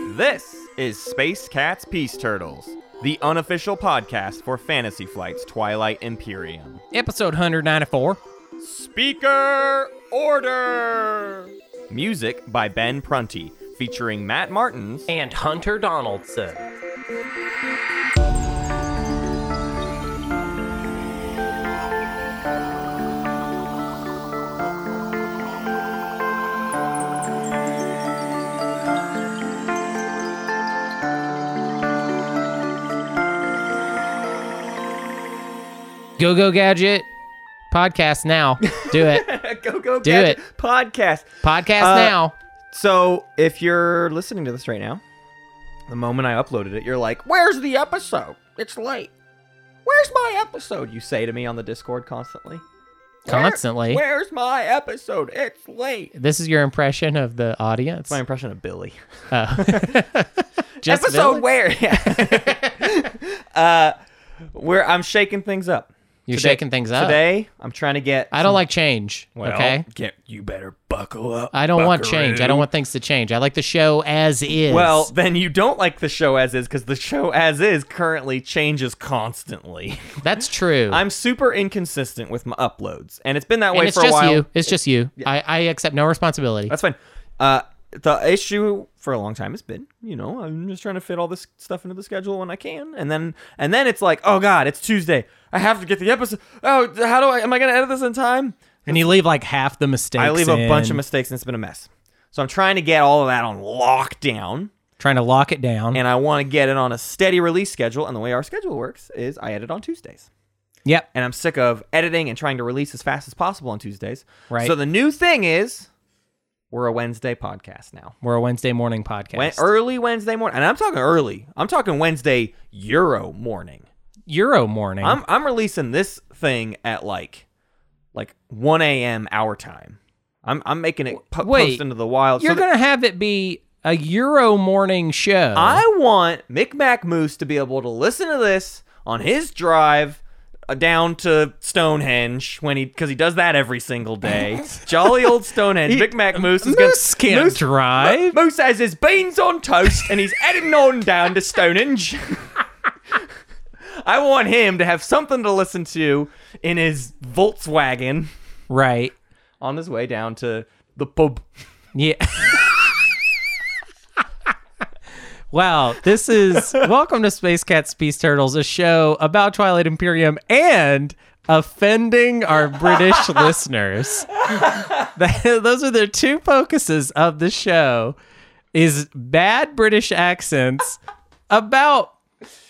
This is Space Cats Peace Turtles, the unofficial podcast for Fantasy Flight's Twilight Imperium. Episode 194. Speaker Order! Music by Ben Prunty, featuring Matt Martins. and Hunter Donaldson. Go Go Gadget podcast now. Do it. go, go, Do Gadget it. Podcast. Podcast Uh, now. So, if you're listening to this right now, the moment I uploaded it, you're like, Where's the episode? It's late. Where's my episode? You say to me on the Discord constantly. Where- Constantly. Where's my episode? It's late. This is your impression of the audience. It's my impression of Billy. Oh. Just episode Billy? where? Yeah. uh, where I'm shaking things up. You're Today- shaking things up. Today, I'm trying to get. I don't like change. Well, okay. Get, you better buckle up. I don't want change. I buckaroo. don't want things to change. I like the show as is. Well, then you don't like the show as is because the show as is currently changes constantly. that's true. I'm super inconsistent with my uploads, and it's been that and way it's for just a while. you. It's just you. I, I accept no responsibility. That's fine. Uh, the issue for a long time has been, you know, I'm just trying to fit all this stuff into the schedule when I can, and then and then it's like, oh god, it's Tuesday. I have to get the episode. Oh, how do I? Am I gonna edit this in time? And you leave like half the mistakes. I leave a bunch of in, mistakes, and it's been a mess. So I'm trying to get all of that on lockdown, trying to lock it down. and I want to get it on a steady release schedule. And the way our schedule works is, I edit on Tuesdays. yep. and I'm sick of editing and trying to release as fast as possible on Tuesdays. Right. So the new thing is we're a Wednesday podcast now. We're a Wednesday morning podcast. When, er- early Wednesday morning. And I'm talking early. I'm talking Wednesday Euro morning. Euro morning. I'm I'm releasing this thing at like like 1 a.m. our time. I'm I'm making it po- Wait. post into the wild. So You're that- gonna have it be a Euro morning show. I want Micmac Moose to be able to listen to this on his drive uh, down to Stonehenge when he because he does that every single day. Jolly old Stonehenge. Micmac Moose is gonna Moose can't drive. Mo- Moose has his beans on toast and he's heading on down to Stonehenge. I want him to have something to listen to in his Volkswagen right. on his way down to the pub. Yeah. wow. This is welcome to Space Cats Peace Turtles, a show about Twilight Imperium and offending our British listeners. That- Those are the two focuses of the show: is bad British accents about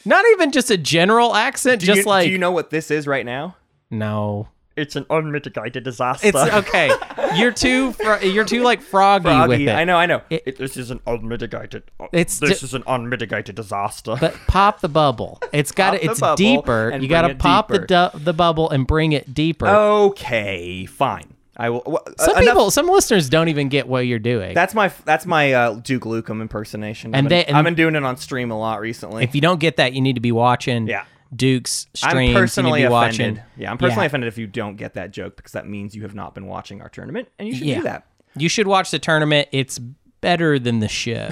not even just a general accent, Do you- just like do you know what this is right now? no. It's an unmitigated disaster. It's okay. You're too fro- you're too like froggy, with Foggy. it. I know, I know. It- It- this is an unmitigated. uh, It's this ju- is an unmitigated disaster. but pop the bubble. It's got Pop to the It's bubble deeper. and You bring got to it pop the deeper. du- the bubble and bring it deeper. okay, fine. I will. wha- uh, some enough- people, some listeners don't even get what you're doing. That's my that's my uh, Duke Lucum impersonation. And I've been, they- and- I've been doing it on stream a lot recently. If you don't get that, you need to be watching Yeah. Duke's streams. I'm personally you need to be offended. watching. Yeah, I'm personally offended if you don't get that joke because that means you have not been watching our tournament, and you should Yeah. do that. You should watch the tournament. It's better than the show.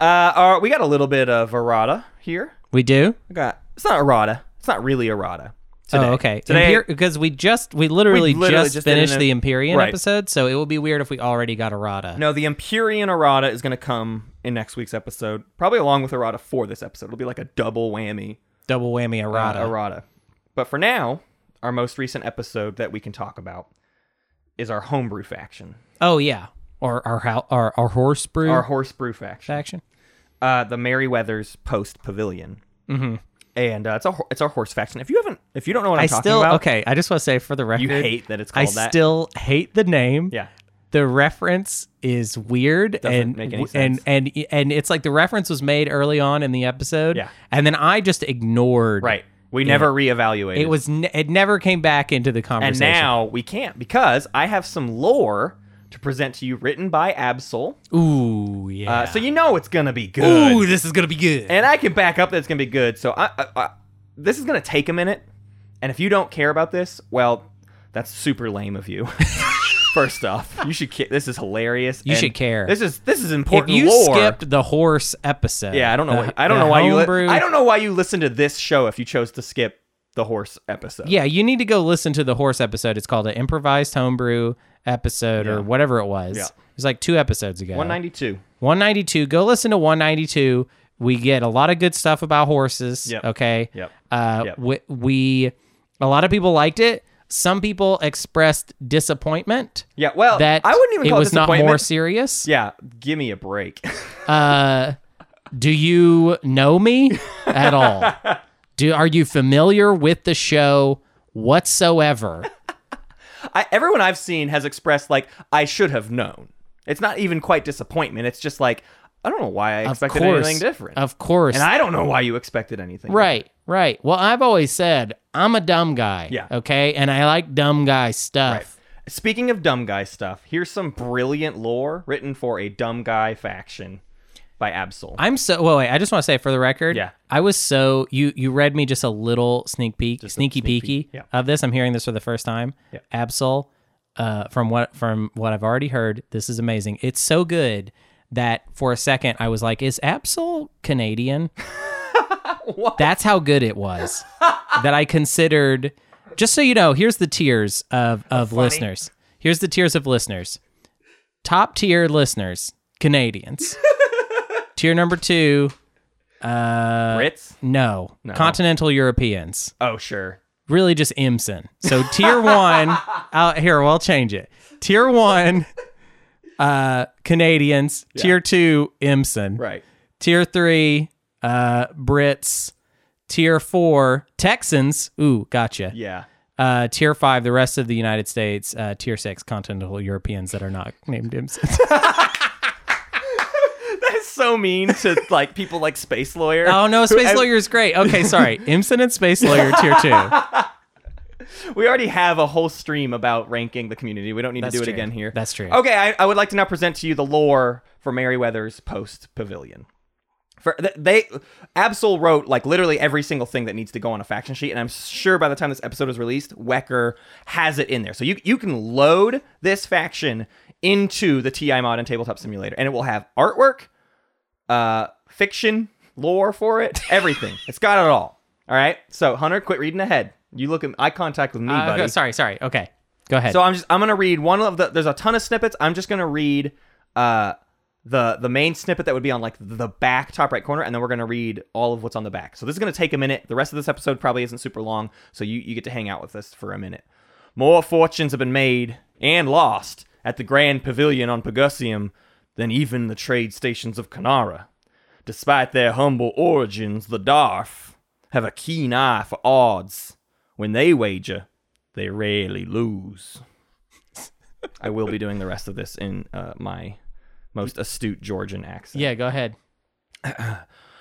Uh, our, we got a little bit of errata here. we do? We got it's not errata. It's not really errata. Today. Oh, okay. Today, Imper- because we just we literally, We literally just, just did an- finished the Empyrean Right. episode, so it will be weird if we already got errata. No, the Empyrean errata is going to come in next week's episode, probably along with errata for this episode. It'll be like a double whammy Double whammy uh, errata. errata. But for now, our most recent episode that we can talk about is our homebrew faction, oh yeah. Or our how our, our horse brew our horsebrew faction, faction. uh, the Merryweather's Post Pavilion. Mm-hmm. And uh, it's a ho- it's our horse faction. If you haven't, if you don't know what I'm I talking still about, okay. I just want to say for the record, you hate that it's I called that. still hate the name. yeah. the reference is weird Doesn't and make any sense. and and and it's like the reference was made early on in the episode Yeah. and then i just ignored Right. We never reevaluated. it was ne- it never came back into the And conversation now we can't because I have some lore to present to you written by Absol. ooh yeah Uh, so you know it's gonna be uh, good. ooh this is gonna be good And I can back up that it's gonna be good. So I, I, I, this is gonna take a minute. And if you don't care about this, well, that's super lame of you. First off, you should. Ca- this is hilarious. You and should care. This is this is If important you lore. skipped the horse episode, yeah, I don't know. the- why- I don't the know why you. Li- homebrew- I don't know why you listen to this show if you chose to skip the horse episode. Yeah, you need to go listen to the horse episode. It's called an improvised homebrew episode Yeah. or whatever it was. Yeah. It was like two episodes ago. One ninety two. 192. Go listen to 192. We get a lot of good stuff about horses. Yep. Okay. Yep. Uh, Yep. We, we, a lot of people liked it. Some people expressed disappointment Yeah. Well, that I wouldn't even it call was not disappointment. more serious. Yeah. Give me a break. Uh, do you know me at all? do are you familiar with the show whatsoever? I, everyone I've seen has expressed like I should have known. It's not even quite disappointment. It's just like I don't know why I expected anything different. Of course. and I don't know why you expected anything. right, right. Well, I've always said I'm a dumb guy. Yeah. Okay. And I like dumb guy stuff. Speaking of dumb guy stuff, here's some brilliant lore written for a dumb guy faction by Absol. I'm so well. Wait, I just want to say for the record, Yeah. I was so you you read me just a little sneak peek, sneaky sneak peeky peek, yeah. of this. I'm hearing this for the first time. Yeah. Absol, uh, from what from what I've already heard, this is amazing. It's so good that for a second I was like, is Absol Canadian? That's how good it was that I considered. Just so you know, here's the tiers of of listeners. Here's the tiers of listeners. Top tier listeners, Canadians. tier number two, Uh, Brits? no. Continental Europeans. Oh sure. Really just Imsen. So tier one out here, well, I'll change it. Tier one, uh Canadians. Tier two, Imsen. Right. Tier three, uh Brits. Tier four, Texans. Ooh, gotcha. Yeah. Uh, tier five, the rest of the United States. Uh, tier six, continental Europeans that are not named Imsen. That's so mean to like people like Space Lawyer. oh no, who- Space I- Lawyer is great. Okay, sorry, Imsen and Space Lawyer tier two. We already have a whole stream about ranking the community. We don't need to do it true. again here. That's true. Okay, I, I would like to now present to you the lore for Merryweather's post pavilion. For th- they, Absol wrote like literally every single thing that needs to go on a faction sheet, and I'm sure by the time this episode is released, Wecker has it in there. So you you can load this faction into the TI mod and Tabletop Simulator, and it will have artwork, uh, fiction, lore for it, everything. it's got it all. All right. So Hunter, quit reading ahead. You look at eye contact with me, Uh, buddy. go- sorry, sorry. Okay, go ahead. So I'm just I'm gonna read one of the there's a ton of snippets. I'm just gonna read uh the the main snippet that would be on like the back top right corner, and then we're gonna read all of what's on the back. So this is gonna take a minute. The rest of this episode probably isn't super long, so you, you get to hang out with us for a minute. More fortunes have been made and lost at the Grand Pavilion on Pegusium than even the trade stations of Canara. Despite their humble origins, the Darf have a keen eye for odds. When they wager, they rarely lose. I will be doing the rest of this in uh, my most astute Georgian accent. yeah, go ahead.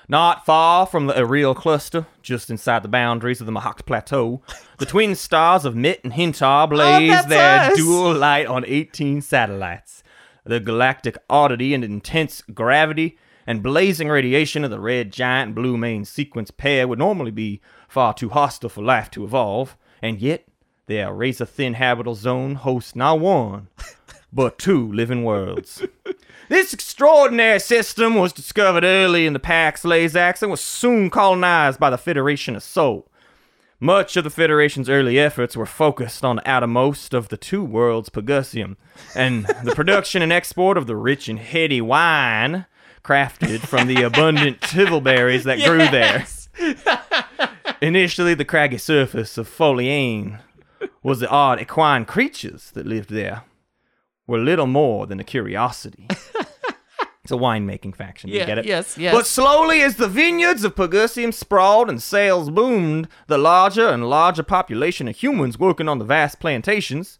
Not far from the Ariel cluster, just inside the boundaries of the Mahakt Plateau, the twin stars of Mit and Hintar blaze Oh, that's their us. dual light on 18 satellites. The galactic oddity and intense gravity and blazing radiation of the red giant blue main sequence pair would normally be far too hostile for life to evolve, and yet their razor thin habitable zone hosts not one, but two living worlds. This extraordinary system was discovered early in the Pax Lazax and was soon colonized by the Federation of Soul. Much of the Federation's early efforts were focused on the outermost of the two worlds, Pegusium, and the production and export of the rich and heady wine crafted from the abundant tivilberries that grew there. Initially, the craggy surface of Foliane was the odd equine creatures that lived there were little more than a curiosity. it's a winemaking faction. you get it? yes, yes. But slowly, as the vineyards of Pergusium sprawled and sales boomed, the larger and larger population of humans working on the vast plantations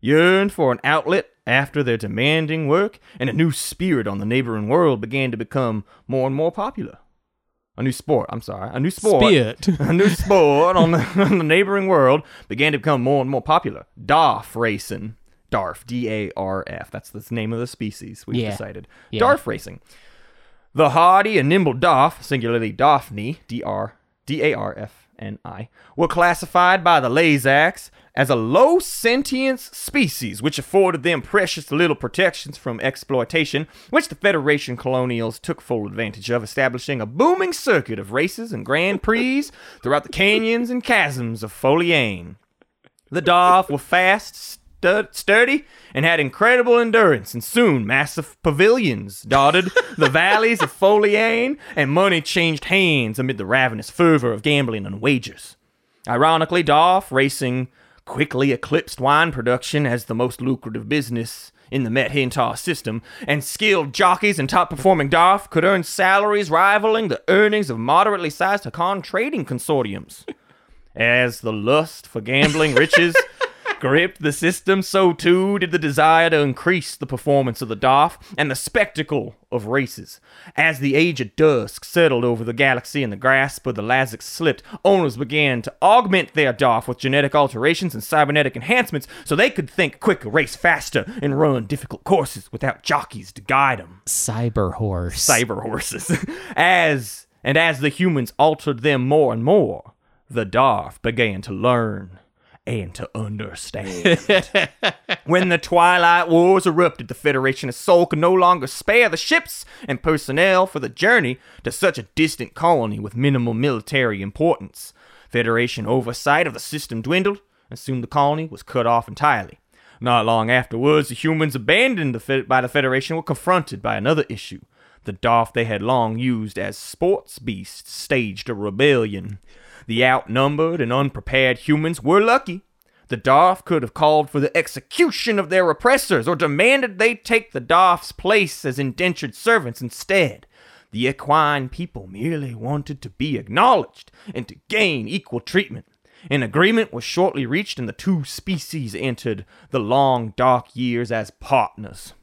yearned for an outlet after their demanding work, and a new spirit on the neighboring world began to become more and more popular. A new sport, I'm sorry. A new sport. Spirit. A new sport on the, on the neighboring world began to become more and more popular. Darf racing. Darf, D A R F. That's the name of the species we've Yeah. decided. Darf racing. The hardy and nimble Darf, singularly Daphne, D R D A R F and I, were classified by the Lazaks as a low sentience species, which afforded them precious little protections from exploitation, which the Federation colonials took full advantage of, establishing a booming circuit of races and grand prix throughout the canyons and chasms of Foliane. The Dov were fast, stu- sturdy, and had incredible endurance, and soon massive pavilions dotted the valleys of Foliane, and money changed hands amid the ravenous fervor of gambling and wagers. Ironically, Dov racing quickly eclipsed wine production as the most lucrative business in the Met Hintar system, and skilled jockeys and top performing Dov could earn salaries rivaling the earnings of moderately sized Hakan trading consortiums. As the lust for gambling riches gripped the system, so too did the desire to increase the performance of the Darth and the spectacle of races. As the age of dusk settled over the galaxy and the grasp of the Lazic slipped, owners began to augment their Darth with genetic alterations and cybernetic enhancements so they could think quicker, race faster, and run difficult courses without jockeys to guide them Cyber horse. cyber horses. as and as the humans altered them more and more, the Darth began to learn and to understand. when the Twilight Wars erupted, the Federation of Sol could no longer spare the ships and personnel for the journey to such a distant colony with minimal military importance. Federation oversight of the system dwindled, and soon the colony was cut off entirely. Not long afterwards, the humans abandoned the fe- by the Federation were confronted by another issue. The Darth they had long used as sports beasts staged a rebellion. The outnumbered and unprepared humans were lucky. The Darth could have called for the execution of their oppressors or demanded they take the Darth's place as indentured servants instead. The equine people merely wanted to be acknowledged and to gain equal treatment. An agreement was shortly reached, and the two species entered the long, dark years as partners.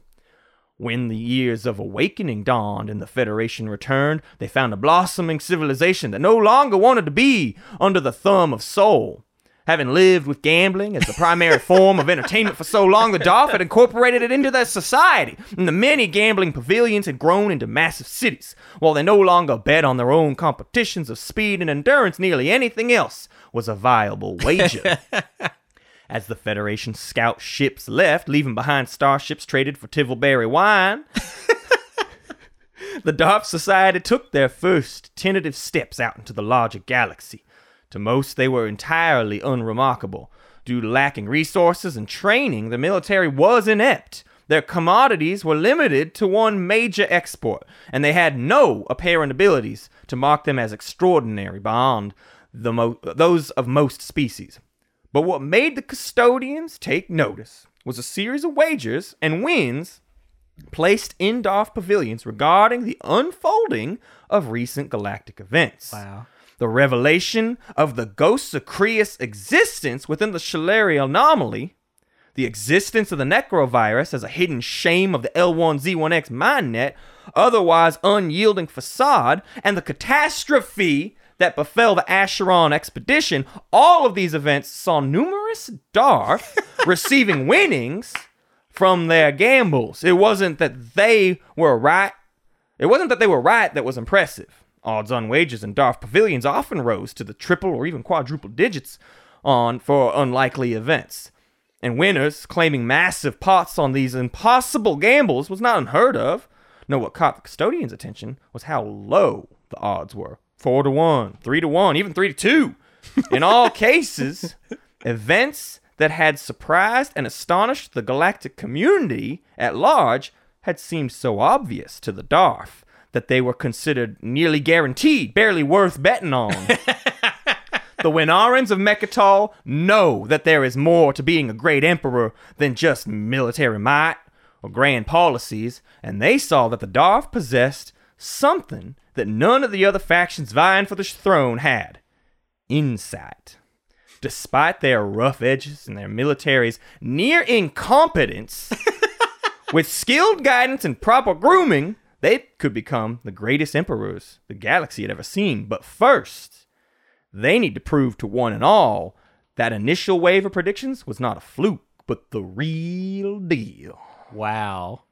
When the years of awakening dawned and the Federation returned, they found a blossoming civilization that no longer wanted to be under the thumb of Sol. Having lived with gambling as the primary form of entertainment for so long, the Dolphin incorporated it into their society, and the many gambling pavilions had grown into massive cities. While they no longer bet on their own competitions of speed and endurance, nearly anything else was a viable wager. As the Federation scout ships left, leaving behind starships traded for Tivelberry wine, the Dark Society took their first tentative steps out into the larger galaxy. To most, they were entirely unremarkable. Due to lacking resources and training, the military was inept. Their commodities were limited to one major export, and they had no apparent abilities to mark them as extraordinary beyond the mo- those of most species. But what made the custodians take notice was a series of wagers and wins placed in Doff pavilions regarding the unfolding of recent galactic events. Wow. The revelation of the ghosts of Creus existence within the Shalari anomaly, the existence of the necrovirus as a hidden shame of the L1Z1X mindnet, otherwise unyielding facade, and the catastrophe that befell the Asheron expedition, all of these events saw numerous Darth receiving winnings from their gambles. It wasn't that they were right. It wasn't that they were right that was impressive. Odds on wages and Darth pavilions often rose to the triple or even quadruple digits on for unlikely events. And winners claiming massive pots on these impossible gambles was not unheard of. No, what caught the custodian's attention was how low the odds were. Four to one, three to one, even three to two. In all cases, events that had surprised and astonished the galactic community at large had seemed so obvious to the Darth that they were considered nearly guaranteed, barely worth betting on. The Winarans of Mechatol know that there is more to being a great emperor than just military might or grand policies, and they saw that the Darth possessed something that none of the other factions vying for the sh- throne had insight. Despite their rough edges and their military's near incompetence, with skilled guidance and proper grooming, they could become the greatest emperors the galaxy had ever seen. But first, they need to prove to one and all that initial wave of predictions was not a fluke, but the real deal. Wow.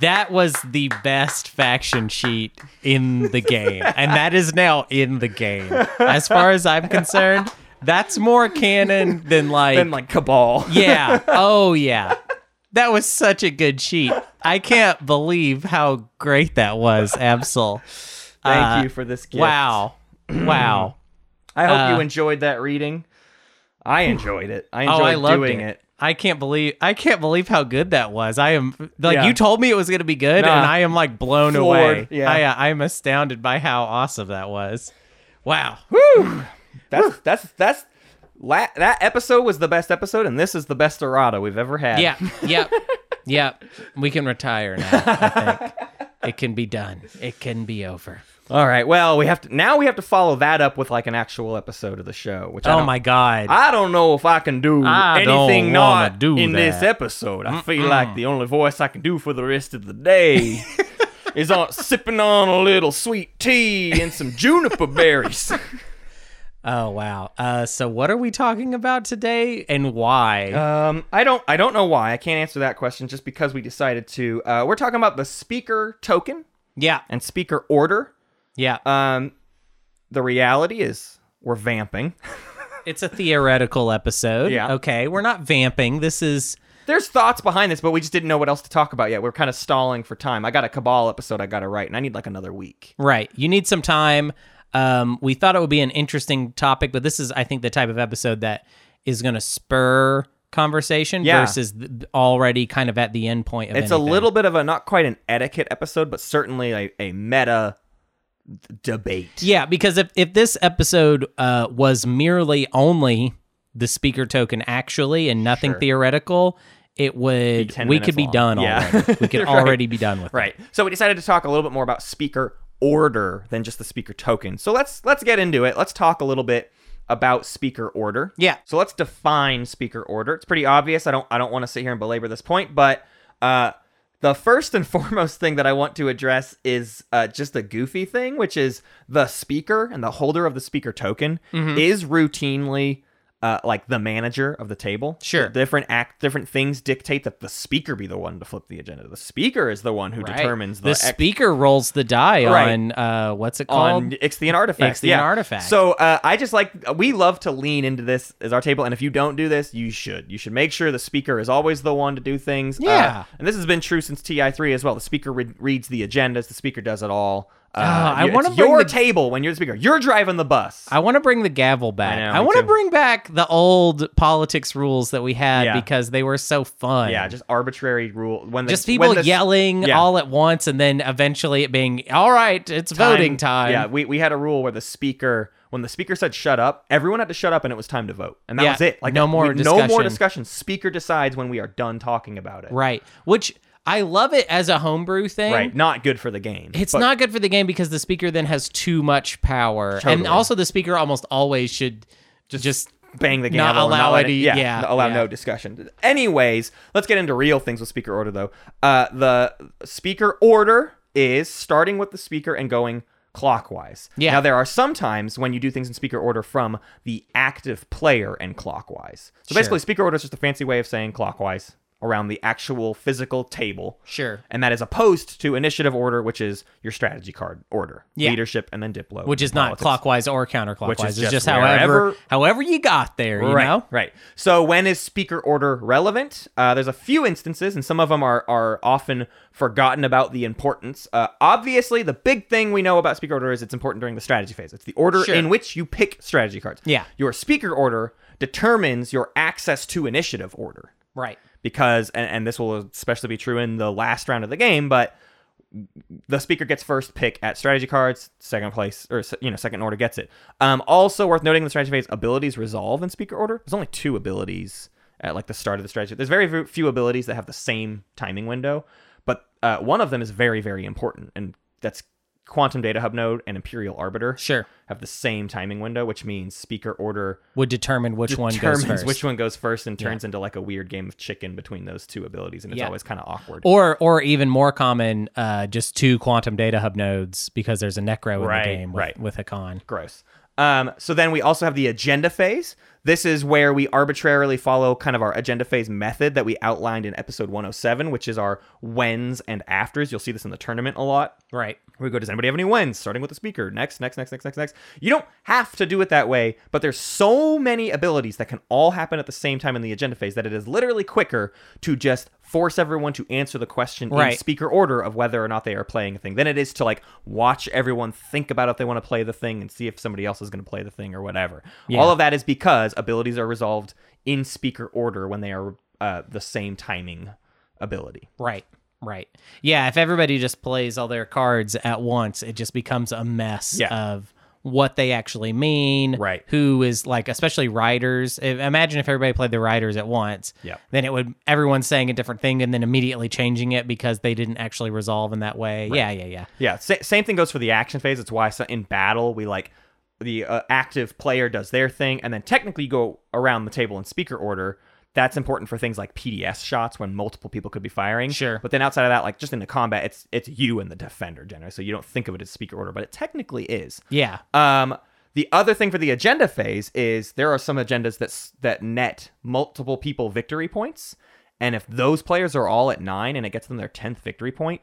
That was the best faction sheet in the game. And that is now in the game. As far as I'm concerned, that's more canon than like, Then like cabal. Yeah. Oh yeah. That was such a good sheet. I can't believe how great that was, Absol. Thank Uh, you for this gift. Wow. Wow. I hope uh, you enjoyed that reading. I enjoyed it. I enjoyed oh, I loved doing it. it. I can't believe I can't believe how good that was. I am like Yeah. you told me it was going to be good, Nah. and I am like blown Floored. away. Yeah. I, uh, I'm astounded by how awesome that was. Wow. That's that's that's la- that episode was the best episode, and this is the best errata we've ever had. Yeah. Yep. yep. We can retire now. I think it can be done. It can be over. All right. Well, we have to now. We have to follow that up with like an actual episode of the show. Which I Oh don't- my god. I don't know if I can do I don't anything wanna not do in this that. episode. I feel like the only voice I can do for the rest of the day is on sipping on a little sweet tea and some juniper berries. Oh wow. Uh, so what are we talking about today, and why? Um, I don't, I don't know why I can't answer that question. Just because we decided to. Uh, we're talking about the speaker token yeah. and speaker order. Yeah. Um, the reality is we're vamping. it's a theoretical episode. Yeah. Okay. We're not vamping. This is. There's thoughts behind this, but we just didn't know what else to talk about yet. We're kind of stalling for time. I got a Cabal episode I got to write, and I need like another week. Right. You need some time. Um, we thought it would be an interesting topic, but this is, I think, the type of episode that is going to spur conversation Yeah. versus th- already kind of at the end point of It's a anything. little bit of a not quite an etiquette episode, but certainly a, a meta d- debate. Yeah, because if, if this episode uh, was merely only the speaker token actually and nothing theoretical, it would 10 we minutes could be long. done Yeah. already. We could Right. already be done with it. Right. So we decided to talk a little bit more about speaker order than just the speaker token. So let's let's get into it. Let's talk a little bit about speaker order. Yeah. So let's define speaker order. It's pretty obvious. I don't I don't want to sit here and belabor this point, but uh the first and foremost thing that I want to address is uh, just a goofy thing, which is the speaker and the holder of the speaker token Mm-hmm. is routinely uh, like the manager of the table. Sure. different act, different things dictate that the speaker be the one to flip the agenda. The speaker is the one who Right. determines the, the ex- speaker rolls the die Right. on uh, what's it called? on Ixion artifacts. Ixion yeah. artifacts. So uh, I just like we love to lean into this as our table, and if you don't do this, you should. You should make sure the speaker is always the one to do things. Uh, Yeah. and this has been true since TI three as well. The speaker re- reads the agendas. The speaker does it all. Uh, Ah, I you- wanna it's bring your the- table when you're the speaker. You're driving the bus. I want to bring the gavel back. know, I, me want to too. bring back the old politics rules that we had Yeah. because they were so fun. yeah, just arbitrary rule when the, Just when people the- yelling yeah. all at once and then eventually it being, all right, it's voting time. Yeah, we, we had a rule where the speaker, when the speaker said shut up, everyone had to shut up and it was time to vote. And that Yeah, was it. Like no more we- No more discussion. discussion. Speaker decides when we are done talking about it. Right. Which I love it as a homebrew thing. Right. Not good for the game. It's but- not good for the game because the speaker then has too much power. And Totally. also the speaker almost always should just, bang the gavel, Not and allow let any- yeah, yeah, allow yeah. no discussion. Anyways, let's get into real things with speaker order though. Uh, the speaker order is starting with the speaker and going clockwise. Yeah. Now there are some times when you do things in speaker order from the active player and clockwise. So basically, speaker order is just a fancy way of saying clockwise around the actual physical table. Sure. And that is opposed to initiative order, which is your strategy card order, Yeah. leadership, and then diplo, which is and not politics. clockwise or counterclockwise. it's just just, however wherever- however you got there, you right, know? Right. So when is speaker order relevant? Uh, there's a few instances, and some of them are are often forgotten about the importance. Uh, obviously, the big thing we know about speaker order is it's important during the strategy phase. It's the order Sure. in which you pick strategy cards. Yeah. Your speaker order determines your access to initiative order Right. because and, and this will especially be true in the last round of the game but the speaker gets first pick at strategy cards second place or se- you know second in order gets it um also worth noting in the strategy phase abilities resolve in speaker order there's only two abilities at like the start of the strategy there's very v- few abilities that have the same timing window but uh, one of them is very very important and that's quantum data hub node and imperial arbiter Sure. have the same timing window which means speaker order Would determine which one goes determines first. which one goes first and turns into like a weird game of chicken between those two abilities, and it's Yeah. always kind of awkward. or or even more common, uh, just two quantum data hub nodes because there's a necro in Right, the game with, right. with Hakan. Gross. Um, so then we also have the agenda phase. This is where we arbitrarily follow kind of our agenda phase method that we outlined in episode 107, which is our whens and afters. You'll see this in the tournament a lot. Right. We go, does anybody have any wins? Starting with the speaker. Next, next, next, next, next, next. You don't have to do it that way, but there's so many abilities that can all happen at the same time in the agenda phase that it is literally quicker to just force everyone to answer the question in Right. speaker order of whether or not they are playing a thing than it is to like watch everyone think about if they want to play the thing and see if somebody else is going to play the thing or whatever. All of that is because abilities are resolved in speaker order when they are uh, the same timing ability. Right. Right. Yeah. If everybody just plays all their cards at once, it just becomes a mess Yeah. of what they actually mean. Right. Who is like, especially writers. If, imagine if everybody played the writers at once. Yeah. Then it would, everyone's saying a different thing and then immediately changing it because they didn't actually resolve in that way. Yeah. Yeah. Yeah. Yeah, sa- same thing goes for the action phase. It's why so- in battle we like the uh, active player does their thing, and then technically you go around the table in speaker order. That's important for things like PDS shots when multiple people could be firing. Sure. but then outside of that, like just in the combat, it's it's you and the defender generally, so you don't think of it as speaker order, but it technically is. Yeah. Um, the other thing for the agenda phase is there are some agendas that s- that net multiple people victory points, and if those players are all at nine and it gets them their tenth victory point,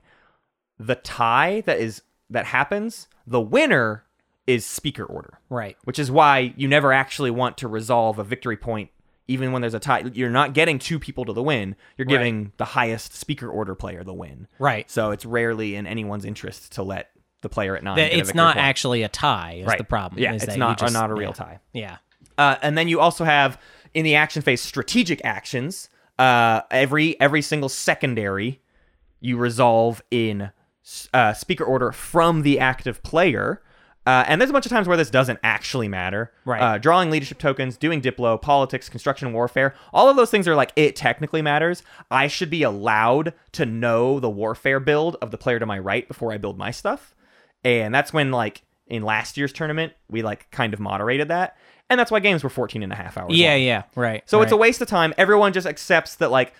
the tie that is that happens, the winner is speaker order, Right. which is why you never actually want to resolve a victory point. Even when there's a tie, you're not getting two people to the win. You're giving the highest speaker order player the win. Right. So it's rarely in anyone's interest to let the player at nine. That get a it's victory not point. actually a tie is the problem. Yeah, is that it's you not just- not a yeah. real tie. Yeah. Uh, and then you also have in the action phase strategic actions. Uh, every every single secondary you resolve in uh, speaker order from the active player. Uh, and there's a bunch of times where this doesn't actually matter. Right. Uh, drawing leadership tokens, doing diplo, politics, construction warfare, all of those things are like, it technically matters. I should be allowed to know the warfare build of the player to my right before I build my stuff. And that's when, like, in last year's tournament, we, like, kind of moderated that. And that's why games were 14 and a half hours. Yeah. long. Yeah. Right. So it's a right. waste of time. Everyone just accepts that, like,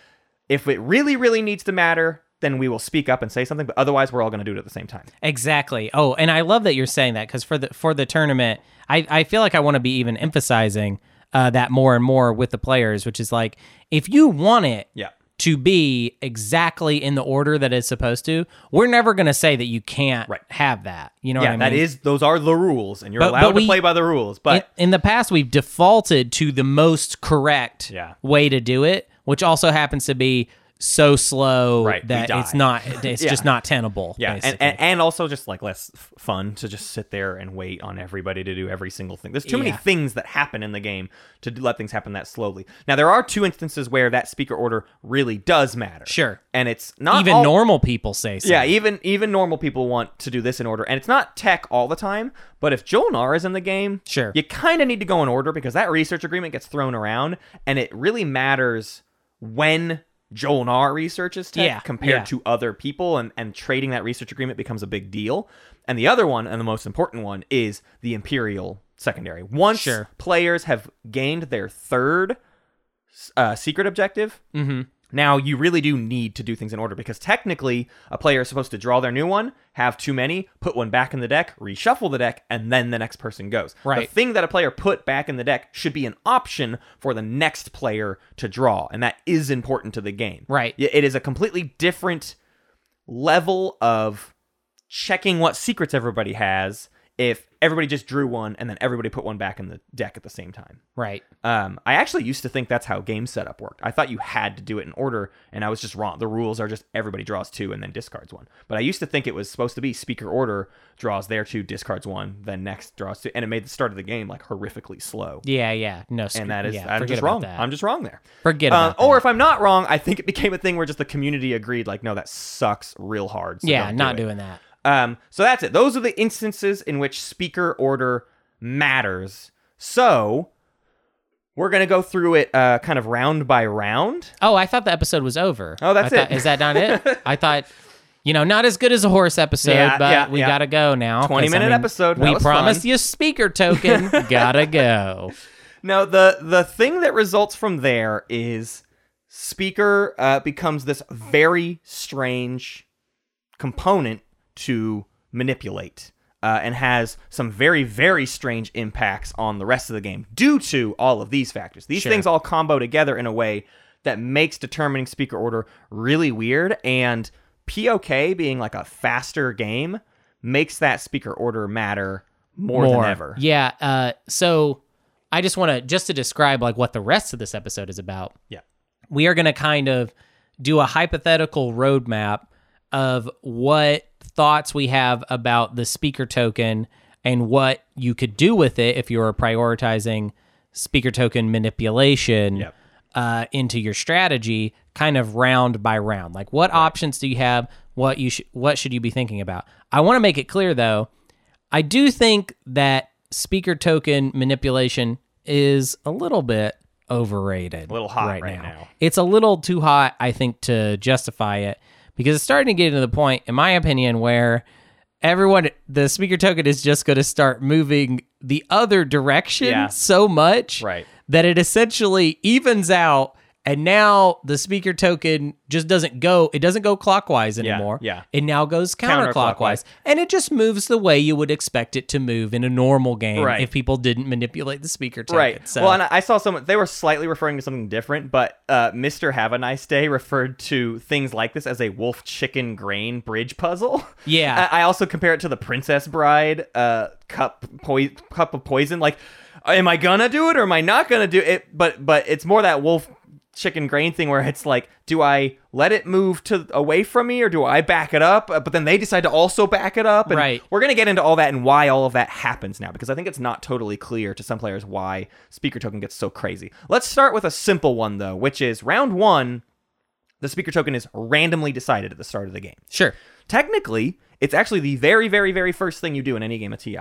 if it really, really needs to matter, then we will speak up and say something. But otherwise, we're all going to do it at the same time. Exactly. Oh, and I love that you're saying that because for the for the tournament, I, I feel like I want to be even emphasizing uh, that more and more with the players, which is like if you want it Yeah. to be exactly in the order that it's supposed to, we're never going to say that you can't Right. have that. You know Yeah, what I that mean? is those are the rules, and you're But- allowed but to we- play by the rules. But in, in the past we've defaulted to the most correct Yeah. way to do it, which also happens to be so slow Right, we that die. it's not it's Yeah. just not tenable. yeah, and, basically. and, and also just like less f- fun to just sit there and wait on everybody to do every single thing. There's too many Yeah. things that happen in the game to d- let things happen that slowly. Now there are two instances where that speaker order really does matter. Sure. and it's not even all- normal people say so. Yeah, even even normal people want to do this in order, and it's not tech all the time. But if Jolnar is in the game, Sure. you kind of need to go in order because that research agreement gets thrown around, and it really matters when Jolnar researches tech Yeah, compared yeah. to other people, and and trading that research agreement becomes a big deal. And the other one, and the most important one, is the Imperial secondary. Once Sure. players have gained their third uh, secret objective. Mm-hmm. Now you really do need to do things in order because technically a player is supposed to draw their new one, have too many, put one back in the deck, reshuffle the deck, and then the next person goes. Right. The thing that a player put back in the deck should be an option for the next player to draw, and that is important to the game. Right. Y- It is a completely different level of checking what secrets everybody has if everybody just drew one and then everybody put one back in the deck at the same time. Right. Um, I actually used to think that's how game setup worked. I thought you had to do it in order, and I was just wrong. The rules are just everybody draws two and then discards one. But I used to think it was supposed to be speaker order draws their two, discards one, then next draws two, and it made the start of the game like horrifically slow. Yeah, yeah. No, screw, And that is yeah, I'm forget just about wrong. That. I'm just wrong there. Forget Uh, about that. Or if I'm not wrong, I think it became a thing where just the community agreed like, no, that sucks real hard. so yeah, don't not do it. doing that. Um, so that's it. Those are the instances in which speaker order matters. So we're gonna go through it uh, kind of round by round. Oh, I thought the episode was over. Oh, that's I thought- it. Is that not it? I thought, you know, not as good as a horse episode, Yeah, but yeah, we yeah. gotta go now. 'cause, 20 minute episode. That We was promised fun. you speaker token. gotta go. Now the the thing that results from there is speaker uh, becomes this very strange component to manipulate. uh, and has some very, very strange impacts on the rest of the game due to all of these factors. These things all combo together in a way that makes determining speaker order really weird. And POK being like a faster game makes that speaker order matter more, than ever. Yeah. Uh, so I just want to just to describe like what the rest of this episode is about. Yeah. We are going to kind of do a hypothetical roadmap of what thoughts we have about the speaker token and what you could do with it if you are prioritizing speaker token manipulation Yep. uh, into your strategy, kind of round by round. Like, what options do you have? What you sh- what should you be thinking about? I want to make it clear though, I do think that speaker token manipulation is a little bit overrated. A little hot right now. It's a little too hot, I think, to justify it because it's starting to get to the point, in my opinion, where everyone, the speaker token is just going to start moving the other direction Yeah. so much Right. that it essentially evens out. And now the speaker token just doesn't go, it doesn't go clockwise anymore. yeah. It now goes counterclockwise. Counterclockwise. And it just moves the way you would expect it to move in a normal game Right. if people didn't manipulate the speaker token. Right. So Well, and I I saw someone, they were slightly referring to something different, but uh, Mr. Have a Nice Day referred to things like this as a wolf chicken grain bridge puzzle. Uh, Yeah. I, I also compare it to the Princess Bride uh, cup, poi- cup of poison. Like, am I going to do it or am I not going to do it? But, but it's more that wolf chicken grain thing where it's like do i let it move to away from me or do i back it up Uh, but then they decide to also back it up and Right. we're going to get into all that and why all of that happens now because I think it's not totally clear to some players why speaker token gets so crazy. Let's start with a simple one though, which is round 1, the speaker token is randomly decided at the start of the game. sure. Technically, it's actually the very very very first thing you do in any game of TI.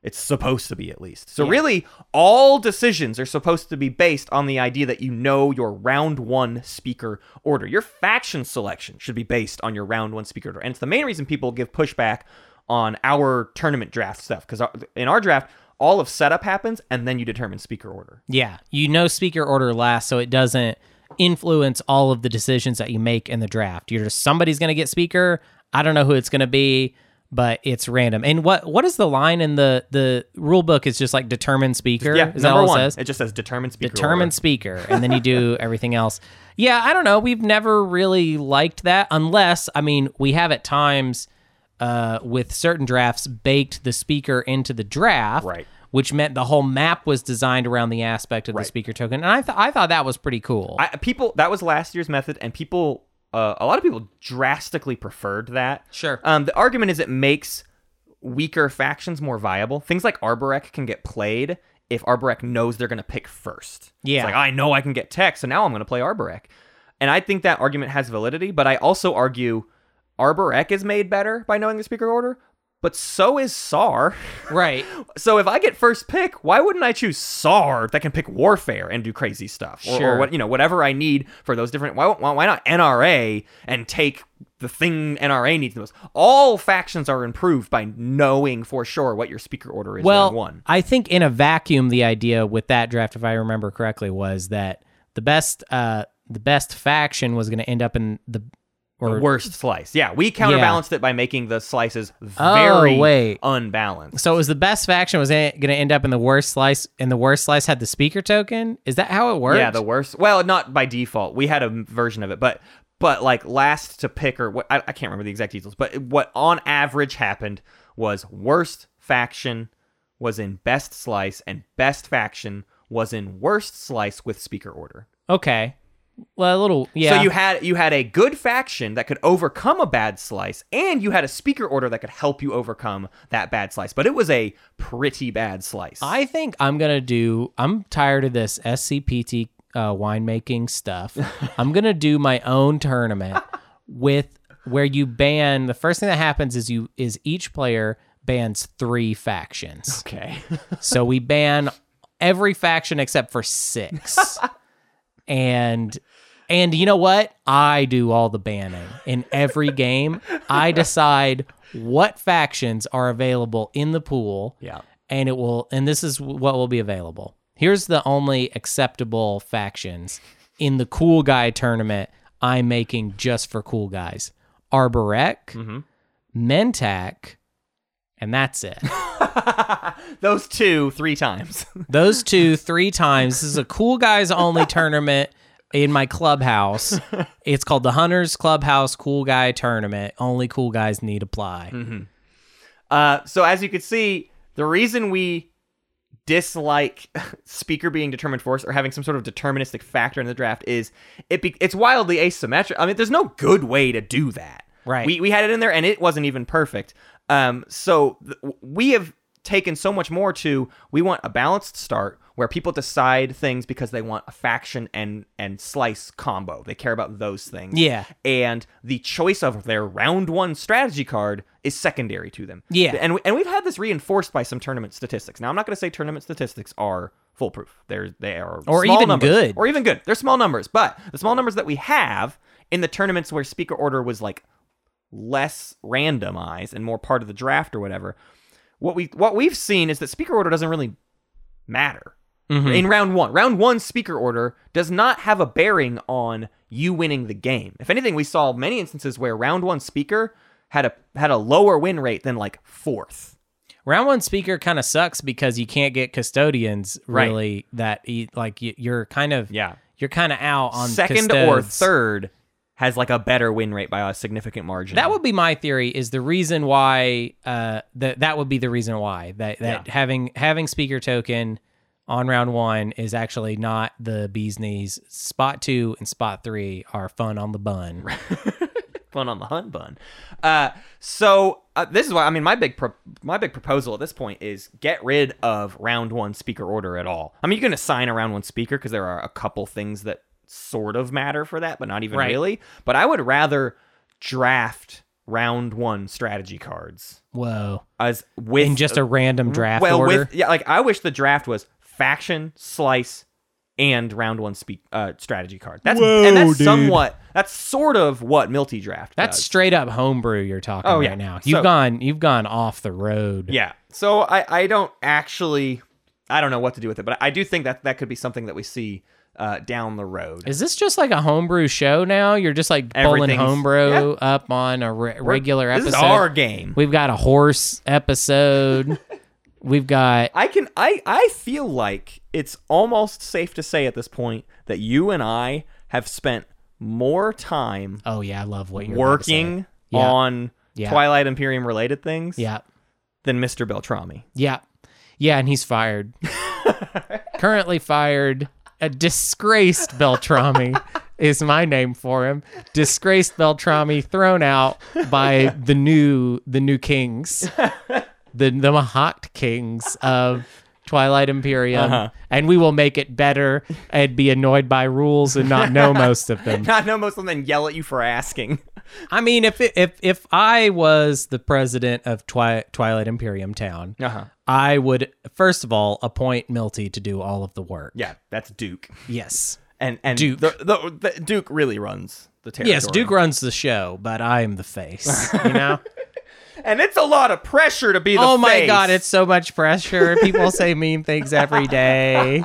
It's supposed to be at least. So really all decisions are supposed to be based on the idea that you know your round 1 speaker order. Your faction selection should be based on your round 1 speaker order. And it's the main reason people give pushback on our tournament draft stuff because in our draft all of setup happens and then you determine speaker order Yeah. You know speaker order last, so it doesn't influence all of the decisions that you make in the draft. You're just somebody's gonna get speaker. I don't know who it's gonna be, but it's random. And what what is the line in the the rule book is just like determine speaker. yeah is that number all one it says? it just says determine speaker determine speaker and then you do everything else yeah i don't know we've never really liked that unless i mean we have at times uh, with certain drafts baked the speaker into the draft Right. which meant the whole map was designed around the aspect of the speaker token and i, th- I thought that was pretty cool order. I, people that was last year's method and people uh, a lot of people drastically preferred that Sure. um, the argument is it makes weaker factions more viable things like arborek can get played if arborek knows they're going to pick first Yeah. it's like i know i can get tech so now i'm going to play arborek and i think that argument has validity but i also argue arborek is made better by knowing the speaker order but so is sar right so if I get first pick, why wouldn't I choose Sar that can pick Warfare and do crazy stuff, or, Sure. or what you know, whatever I need for those different? Why, why why not NRA and take the thing NRA needs the most? All factions are improved by knowing for sure what your speaker order is. well round one. i think in a vacuum the idea with that draft if i remember correctly was that the best uh the best faction was going to end up in the or The worst slice. Yeah, we counterbalanced it by making the slices very Oh, wait. unbalanced. So it was the best faction was going to end up in the worst slice, and the worst slice had the speaker token. Is that how it worked? Yeah, the worst. Well, not by default. We had a m- version of it, but but like last to pick or what I, I can't remember the exact details, but what on average happened was worst faction was in best slice and best faction was in worst slice with speaker order. okay. Well, a little yeah. So you had you had a good faction that could overcome a bad slice and you had a speaker order that could help you overcome that bad slice, but it was a pretty bad slice. I think I'm gonna do. I'm tired of this SCPT uh, winemaking stuff. I'm gonna do my own tournament with where you ban. The first thing that happens is you is each player bans three factions. okay. so we ban every faction except for six and and you know what i do all the banning in every game i decide what factions are available in the pool Yeah. and it will and this is what will be available here's the only acceptable factions in the cool guy tournament i'm making just for cool guys arborek mentac and that's it. Those two, three times. Those two three times. This is a cool guys only tournament in my clubhouse. It's called the Hunters Clubhouse Cool Guy Tournament. Only cool guys need apply. Mm-hmm. Uh, so as you can see, the reason we dislike speaker being determined for us or having some sort of deterministic factor in the draft is it be- it's wildly asymmetric. I mean, there's no good way to do that. Right. We we had it in there and it wasn't even perfect. Um so th- we have taken so much more to we want a balanced start where people decide things because they want a faction and and slice combo. They care about those things. Yeah. And the choice of their round 1 strategy card is secondary to them. Yeah. And we, and we've had this reinforced by some tournament statistics. Now I'm not going to say tournament statistics are foolproof. They're they are Or small even numbers. good. or even good. They're small numbers, but the small numbers that we have in the tournaments where speaker order was like less randomized and more part of the draft or whatever. What we what we've seen is that speaker order doesn't really matter Mm-hmm. in round one. Round one speaker order does not have a bearing on you winning the game. If anything, we saw many instances where round one speaker had a had a lower win rate than like fourth. Round one speaker kind of sucks because you can't get custodians Right. really that e- like you, you're kind of Yeah. you're kind of out on Second or custodes. third has like a better win rate by a significant margin. That would be my theory. Is the reason why uh, that that would be the reason why that that having having speaker token on round one is actually not the bee's knees. Spot two and spot three are fun on the bun. fun on the hunt bun. Uh, so uh, this is why I mean my big pro- my big proposal at this point is get rid of round one speaker order at all. I mean you can assign a round one speaker because there are a couple things that sort of matter for that, but not even Right. really. But I would rather draft round one strategy cards Whoa! as with In just a random draft well order. with yeah like I wish the draft was faction slice and round one speak uh, strategy card. That's and that's somewhat that's sort of what Milty draft. that's does. straight up homebrew you're talking Oh, right yeah. now. You've So- gone you've gone off the road. Yeah. So I, I don't actually I don't know what to do with it, but I do think that that could be something that we see uh, down the road. Is this just like a homebrew show now? You're just like pulling Everything's- homebrew up on a re- regular this episode. is our game. We've got a horse episode. We've got I can I I feel like it's almost safe to say at this point that you and I have spent more time oh yeah, I love what you're about to say. working Yeah. on Yeah. Twilight Imperium related things Yeah, than Mr. Beltrami. yeah, yeah, and he's fired. Currently fired. A disgraced Beltrami is my name for him. Disgraced Beltrami thrown out by the new the new kings, the the Mahat kings of. Twilight Imperium, and we will make it better and be annoyed by rules and not know most of them. I know most of them then yell at you for asking. I mean, if it, if if I was the president of Twi- Twilight Imperium Town, Uh-huh. I would first of all appoint Milty to do all of the work. Yeah, that's Duke. Yes. And and Duke. the, the, the Duke really runs the territory. Yes, Duke runs the show, but I am the face. You know. And it's a lot of pressure to be the oh my face. god, it's so much pressure. People say mean things every day.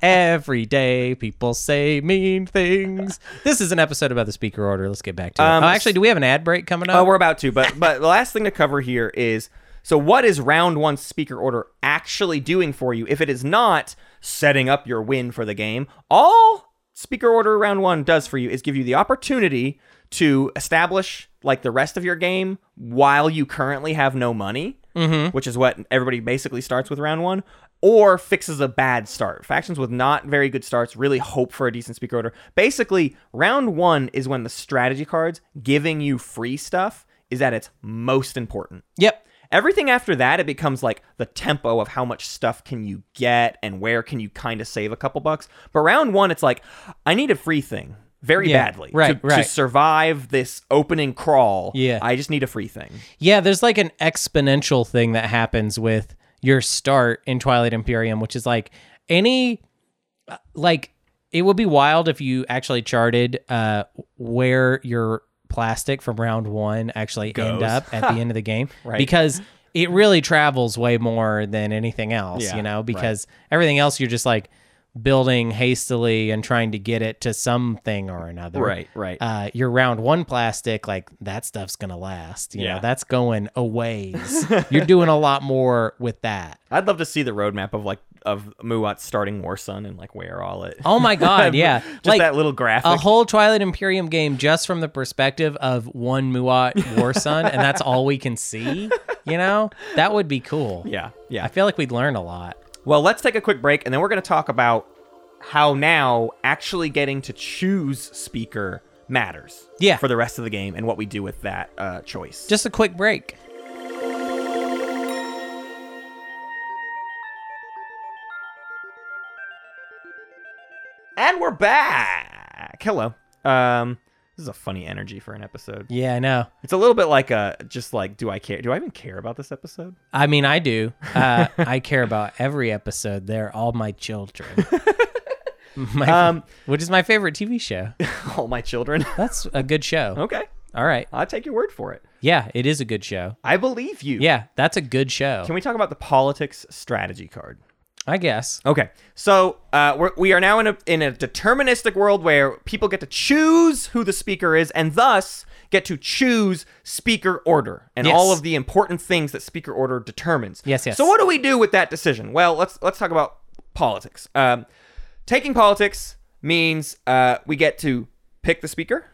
Every day, people say mean things. This is an episode about the speaker order. Let's get back to Um, it. Oh, actually, do we have an ad break coming Uh, up? we're about to, but but the last thing to cover here is so what is round one speaker order actually doing for you? If it is not setting up your win for the game, all speaker order round one does for you is give you the opportunity to establish like the rest of your game while you currently have no money, Mm-hmm. which is what everybody basically starts with round one. Or fixes a bad start. Factions with not very good starts really hope for a decent speaker order. Basically, round one is when the strategy cards giving you free stuff is at its most important. yep. Everything after that, it becomes like the tempo of how much stuff can you get and where can you kind of save a couple bucks. But round one, it's like, I need a free thing very Yeah, badly. right, to, right. To survive this opening crawl, Yeah. I just need a free thing. Yeah, there's like an exponential thing that happens with your start in Twilight Imperium, which is like any uh, like it would be wild if you actually charted uh where your plastic from round 1 actually end up at the end of the game right. because it really travels way more than anything else, Yeah, you know, because everything else you're just like building hastily and trying to get it to something or another. Right, right. Uh, your round one plastic, like that stuff's gonna last. You Yeah. know, that's going a ways. You're doing a lot more with that. I'd love to see the roadmap of like of Muat starting War Sun and like where all it. Oh uh, my god, yeah. just that little graphic. a whole Twilight Imperium game just from the perspective of one Muat War Sun, and that's all we can see. You know, that would be cool. yeah, yeah. I feel like we'd learn a lot. Well, let's take a quick break and then we're going to talk about how now actually getting to choose speaker matters Yeah. for the rest of the game and what we do with that uh, choice. Just a quick break. and we're back. Hello. Um this is a funny energy for an episode. Yeah, I know. It's a little bit like a just like do I care? Do I even care about this episode? I mean, I do. Uh, I care about every episode. They're all my children. My, Um, which is my favorite TV show. All my children. That's a good show. okay. All right. I'll take your word for it. Yeah, it is a good show. I believe you. Yeah, that's a good show. Can we talk about the politics strategy card? I guess. Okay, so uh, we're, we are now in a in a deterministic world where people get to choose who the speaker is, and thus get to choose speaker order and Yes. all of the important things that speaker order determines. Yes, yes. So what do we do with that decision? Well, let's let's talk about politics. Um, taking politics means uh, we get to pick the speaker,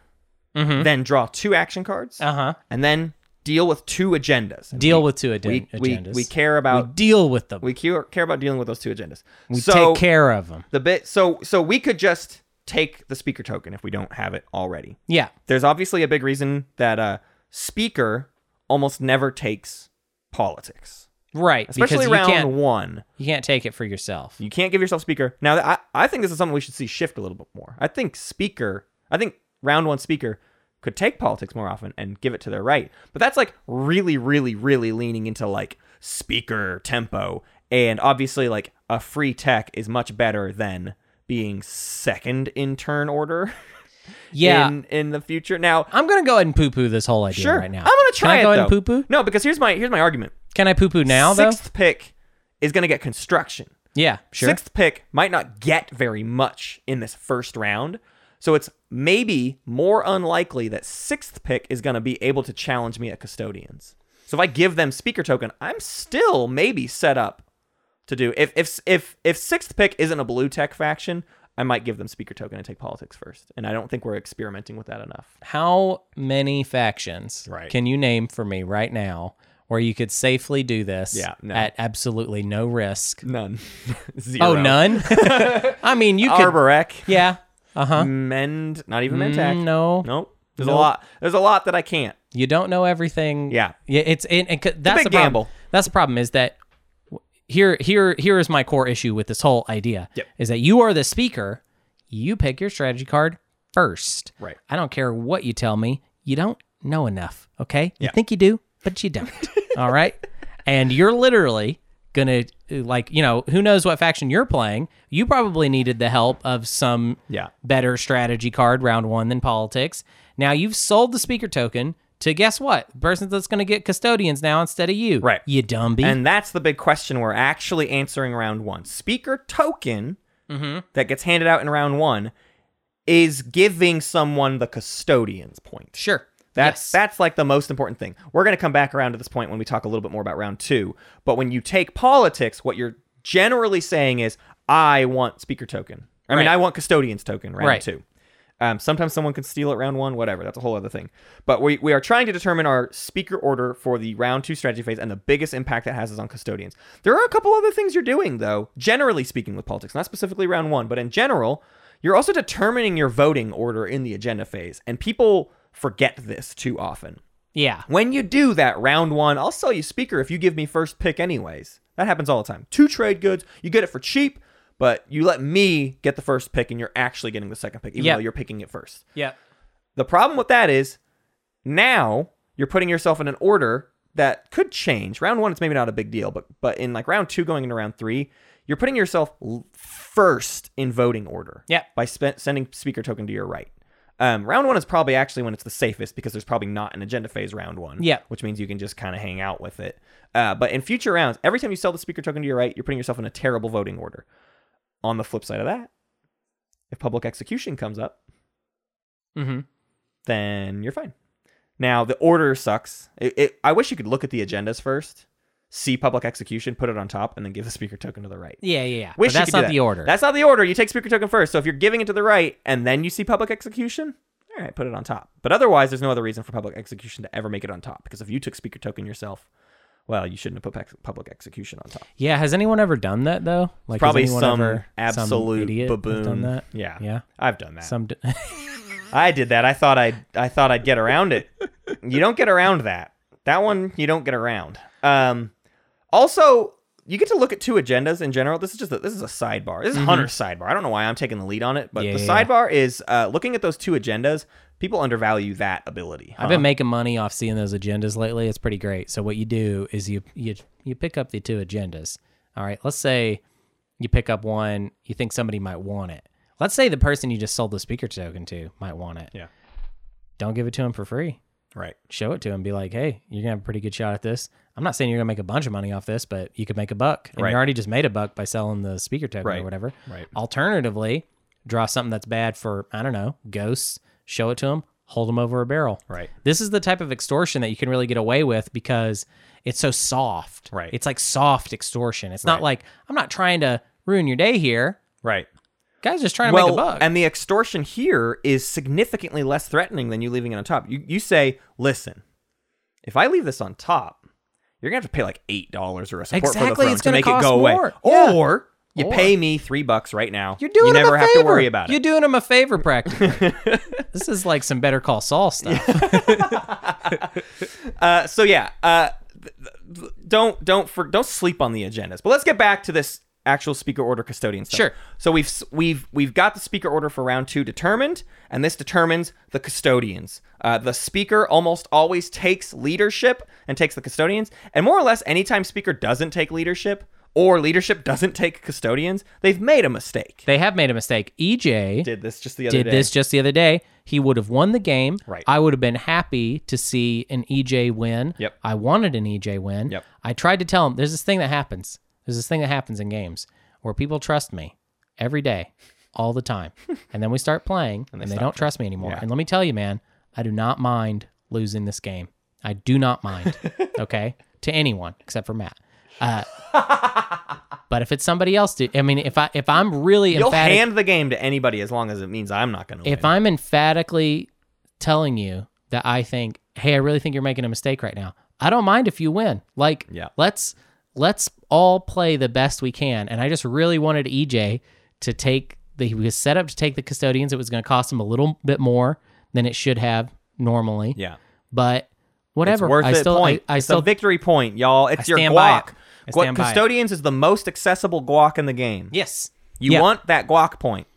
Mm-hmm. then draw two action cards, Uh huh. and then deal with two agendas. And Deal we- with two aden- we, we, agendas. we care about. We deal with them. We care care about dealing with those two agendas. We take care of them. the bit so so we could just take the speaker token if we don't have it already. Yeah. There's obviously a big reason that uh speaker almost never takes politics. Right. Especially because you round can't, one. you can't take it for yourself. You can't give yourself speaker. Now I, I think this is something we should see shift a little bit more. I think speaker I think round one speaker could take politics more often and give it to their right. But that's like really, really, really leaning into like speaker tempo. And obviously like a free tech is much better than being second in turn order Yeah. in in the future. Now I'm gonna go ahead and poo poo this whole idea sure right now. I'm gonna try Can I it go though. ahead and poo poo? No, because here's my here's my argument. Can I poo poo now Sixth though? pick is gonna get construction. Yeah. Sure. Sixth pick might not get very much in this first round. So it's maybe more unlikely that sixth pick is going to be able to challenge me at custodians. So if I give them speaker token, I'm still maybe set up to do. If if if if sixth pick isn't a blue tech faction, I might give them speaker token and take politics first. And I don't think we're experimenting with that enough. How many factions Right. can you name for me right now where you could safely do this Yeah, no. at absolutely no risk? None. Zero. Oh, none? I mean, you could. Arborek. Yeah. Uh huh. Mend. Not even Mentac. Mm, no. Nope. There's a Nope. lot. There's a lot that I can't. You don't know everything. Yeah. Yeah. It's it, it, c- that's big the problem. gamble. That's the problem is that w- here here here is my core issue with this whole idea Yep. is that you are the speaker. You pick your strategy card first. Right. I don't care what you tell me. You don't know enough. Okay. You think you do, but you don't. All right. And you're literally gonna uh, like you know who knows what faction you're playing. You probably needed the help of some Yeah. better strategy card round one than politics. Now you've sold the speaker token to guess what? The person that's going to get custodians now instead of you. Right. You dumby. And that's the big question we're actually answering round one. Speaker token Mm-hmm. that gets handed out in round one is giving someone the custodian's point. sure. That's Yes. that's like the most important thing. We're going to come back around to this point when we talk a little bit more about round 2. But when you take politics, what you're generally saying is I want speaker token. I mean, Right. I want custodian's token round Right. 2. Um, sometimes someone can steal it round 1, whatever. That's a whole other thing. But we we are trying to determine our speaker order for the round 2 strategy phase and the biggest impact that has is on custodians. There are a couple other things you're doing though, generally speaking with politics, not specifically round 1, but in general, you're also determining your voting order in the agenda phase, and people forget this too often. yeah. When you do that round one, I'll sell you speaker if you give me first pick, anyways. That happens all the time. Two trade goods, you get it for cheap, but you let me get the first pick, and you're actually getting the second pick, even Yeah. though you're picking it first. Yep. The problem with that is now you're putting yourself in an order that could change. Round one, it's maybe not a big deal, but but in like round two, going into round three, you're putting yourself l- first in voting order. Yeah. By spe- sending speaker token to your right. Um, round one is probably actually when it's the safest because there's probably not an agenda phase round one. Yeah. Which means you can just kind of hang out with it. Uh, but in future rounds, every time you sell the speaker token to your right, you're putting yourself in a terrible voting order. On the flip side of that, if public execution comes up, Mm-hmm. then you're fine. Now the order sucks. It, it, I wish you could look at the agendas first, see public execution, put it on top, and then give the speaker token to the right. Yeah, yeah, yeah. Wish you But could that's do not that. the order. That's not the order. You take speaker token first. So if you're giving it to the right and then you see public execution, all right, put it on top. But otherwise, there's no other reason for public execution to ever make it on top. Because if you took speaker token yourself, well, you shouldn't have put pex- public execution on top. yeah, has anyone ever done that though? Like has Probably anyone some ever- some absolute idiot has baboon. done that. Yeah, Yeah. I've done that. Some d- I did that. I thought I would I thought I'd get around it. You don't get around that. That one you don't get around. Um, also, you get to look at two agendas in general. This is just a, this is a sidebar. This is Hunter's sidebar. I don't know why I'm taking the lead on it, but Mm-hmm. Yeah, the yeah, yeah. sidebar is uh, looking at those two agendas. People undervalue that ability. I've been making money off seeing those agendas lately. It's pretty great. So what you do is you you you pick up the two agendas. All right, let's say you pick up one you think somebody might want it. Let's say the person you just sold the speaker token to might want it. Yeah. Don't give it to him for free. right. Show it to him. Be like, hey, you're gonna have a pretty good shot at this. I'm not saying you're gonna make a bunch of money off this, but you could make a buck. And Right. you already just made a buck by selling the speaker token Right. or whatever. Right. Alternatively, draw something that's bad for I don't know ghosts. Show it to them. Hold them over a barrel. Right. This is the type of extortion that you can really get away with because it's so soft. Right. It's like soft extortion. It's not like I'm not trying to ruin your day here. Right. Guys, just trying to make a Well, buck. and the extortion here is significantly less threatening than you leaving it on top. You you say, listen, if I leave this on top, you're gonna have to pay like eight dollars or a support for the Exactly, throne it's to gonna make it cost go away. more. Yeah. Or you Or- pay me three bucks right now. you're doing You them never a have favor. to worry about You're it. doing them a favor, practically. this is like some Better Call Saul stuff. Uh, so yeah, uh, th- th- don't don't for, don't sleep on the agendas. But let's get back to this actual speaker order custodian stuff. Sure. So we've s- we've we've got the speaker order for round two determined, and this determines the custodians. Uh, the speaker almost always takes leadership and takes the custodians, and more or less anytime speaker doesn't take leadership or leadership doesn't take custodians, they've made a mistake. They have made a mistake. E EJ did this just the other did day. this just the other day. He would have won the game. Right. I would have been happy to see an EJ win. Yep. I wanted an EJ win. Yep. I tried to tell him there's this thing that happens. There's this thing that happens in games where people trust me every day, all the time. and then we start playing and they, don't trust me anymore. Yeah. And let me tell you, man, I do not mind losing this game. I do not mind. okay? To anyone except for Matt. Uh, but if it's somebody else, dude, I mean, if I if I'm really You'll emphatic hand the game to anybody as long as it means I'm not going to win. if I'm emphatically telling you that I think, hey, I really think you're making a mistake right now, I don't mind if you win. Like, Yeah. let's let's all play the best we can. And I just really wanted EJ to take the he was set up to take the custodians. It was going to cost him a little bit more than it should have normally. yeah. But whatever, It's worth I it. still point. I, I it's still a victory point, y'all. It's your stand by it. guac. I Guac- stand by it. Custodians is the most accessible guac in the game. yes. You Yeah. want that guac point.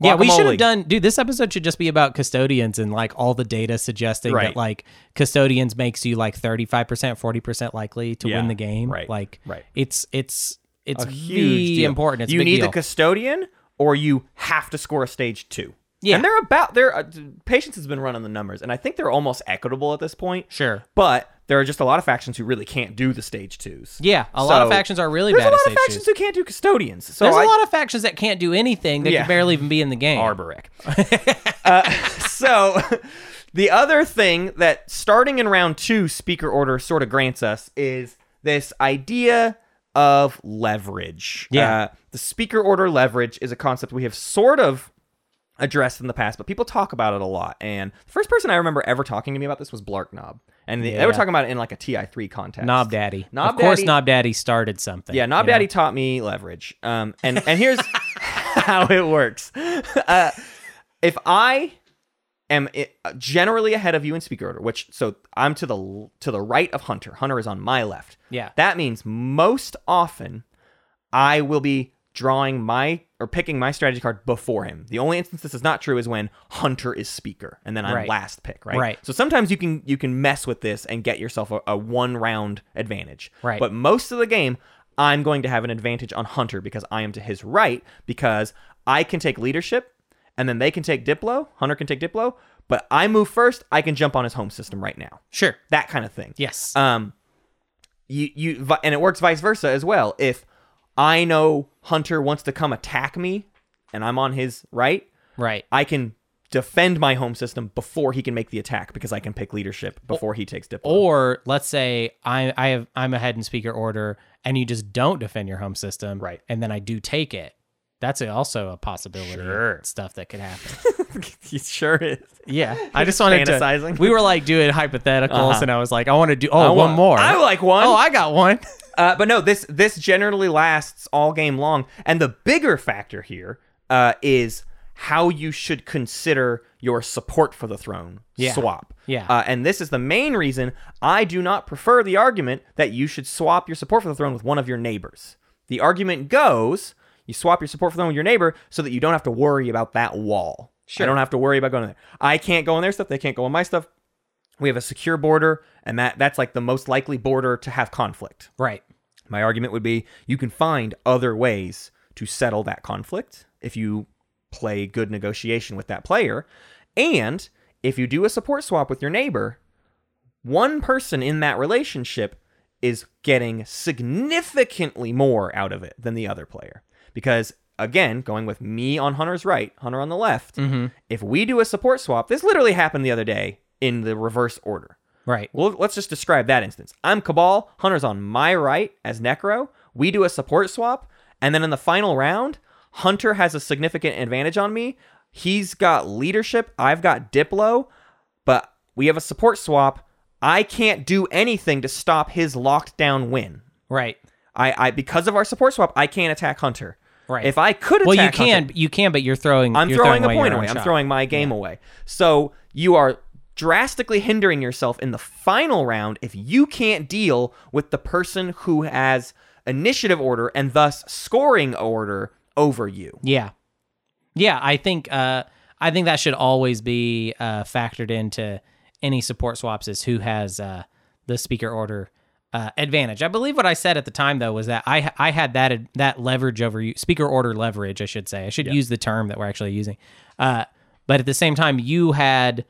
Yeah, we should Guacamole. have done, dude. This episode should just be about custodians and like all the data suggesting Right. that like custodians makes you like thirty five percent, forty percent likely to Yeah, win the game. right, Like, right. It's it's it's A huge the deal. important. It's a you big need deal. the custodian, or you have to score a stage two. Yeah. and they're about they're uh, patience has been running the numbers, and I think they're almost equitable at this point. Sure. but there are just a lot of factions who really can't do the stage twos. yeah. A lot of So, factions are really There's a bad at lot of stage factions shoes. who can't do custodians. So There's I- a lot of factions that can't do anything. They Yeah. can barely even be in the game. Arboric. Uh, so the other thing that starting in round two, speaker order sort of grants us is this idea of leverage. Yeah. Uh, the speaker order leverage is a concept we have sort of addressed in the past, but people talk about it a lot. And the first person I remember ever talking to me about this was Blark Knob. And they- they were Yeah. talking about it in like a TI3 context. Knob Daddy. Knob of course, Daddy- Knob Daddy started something. Yeah, Knob you know? Daddy taught me leverage. Um, and and here's how it works. Uh, if I am i- generally ahead of you in speaker order, which so I'm to the l- to the right of Hunter. Hunter is on my left. Yeah. that means most often I will be drawing my or picking my strategy card before him. The only instance this is not true is when Hunter is speaker and then I'm Right. last pick, right? Right. So sometimes you can you can mess with this and get yourself a, a one round advantage. Right. But most of the game, I'm going to have an advantage on Hunter because I am to his right because I can take leadership and then they can take Diplo. Hunter can take Diplo, but I move first. I can jump on his home system right now. Sure. That kind of thing. Yes. Um, you you vi- and it works vice versa as well. If I know Hunter wants to come attack me and I'm on his right, Right. I can defend my home system before he can make the attack because I can pick leadership Oh. before he takes diplo. Or let's say I I have I'm ahead in speaker order and you just don't defend your home system. Right. And then I do take it. That's a, also a possibility. Sure. Stuff that could happen. he sure is. Yeah, I just wanted fantasizing. Uh-huh. to. We were like doing hypotheticals, and I was like, I want to do. Oh, I one want- more. I like one. Oh, I got one. Uh, but no, this this generally lasts all game long, and the bigger factor here uh, is how you should consider your support for the throne Yeah. swap. Yeah. Uh, and this is the main reason I do not prefer the argument that you should swap your support for the throne with one of your neighbors. The argument goes: you swap your support for the throne with your neighbor so that you don't have to worry about that wall. Sure. I don't have to worry about going there. I can't go on their stuff. They can't go on my stuff. We have a secure border, and that that's like the most likely border to have conflict. Right. My argument would be you can find other ways to settle that conflict if you play good negotiation with that player. And if you do a support swap with your neighbor, one person in that relationship is getting significantly more out of it than the other player. Because again, going with me on Hunter's right, Hunter on the left, if we do a support swap, this literally happened the other day in the reverse order. Right. Well, let's just describe that instance. I'm Cabal. Hunter's on my right as Necro. We do a support swap, and then in the final round, Hunter has a significant advantage on me. He's got leadership. I've got Diplo, but we have a support swap. I can't do anything to stop his locked down win. Right. I, I because of our support swap, I can't attack Hunter. Right. If I could attack Well, you Hunter- can. You can, but you're throwing. I'm you're throwing, a away your point own away. I'm shot. throwing my game away. So you are drastically hindering yourself in the final round if you can't deal with the person who has initiative order and thus scoring order over you. Yeah. Yeah. I think. Uh, I think that should always be uh, factored into any support swaps is who has uh, the speaker order uh, advantage. I believe what I said at the time though was that I I had that that leverage over you speaker order leverage. I should say. I should use the term that we're actually using. Uh, but at the same time, you had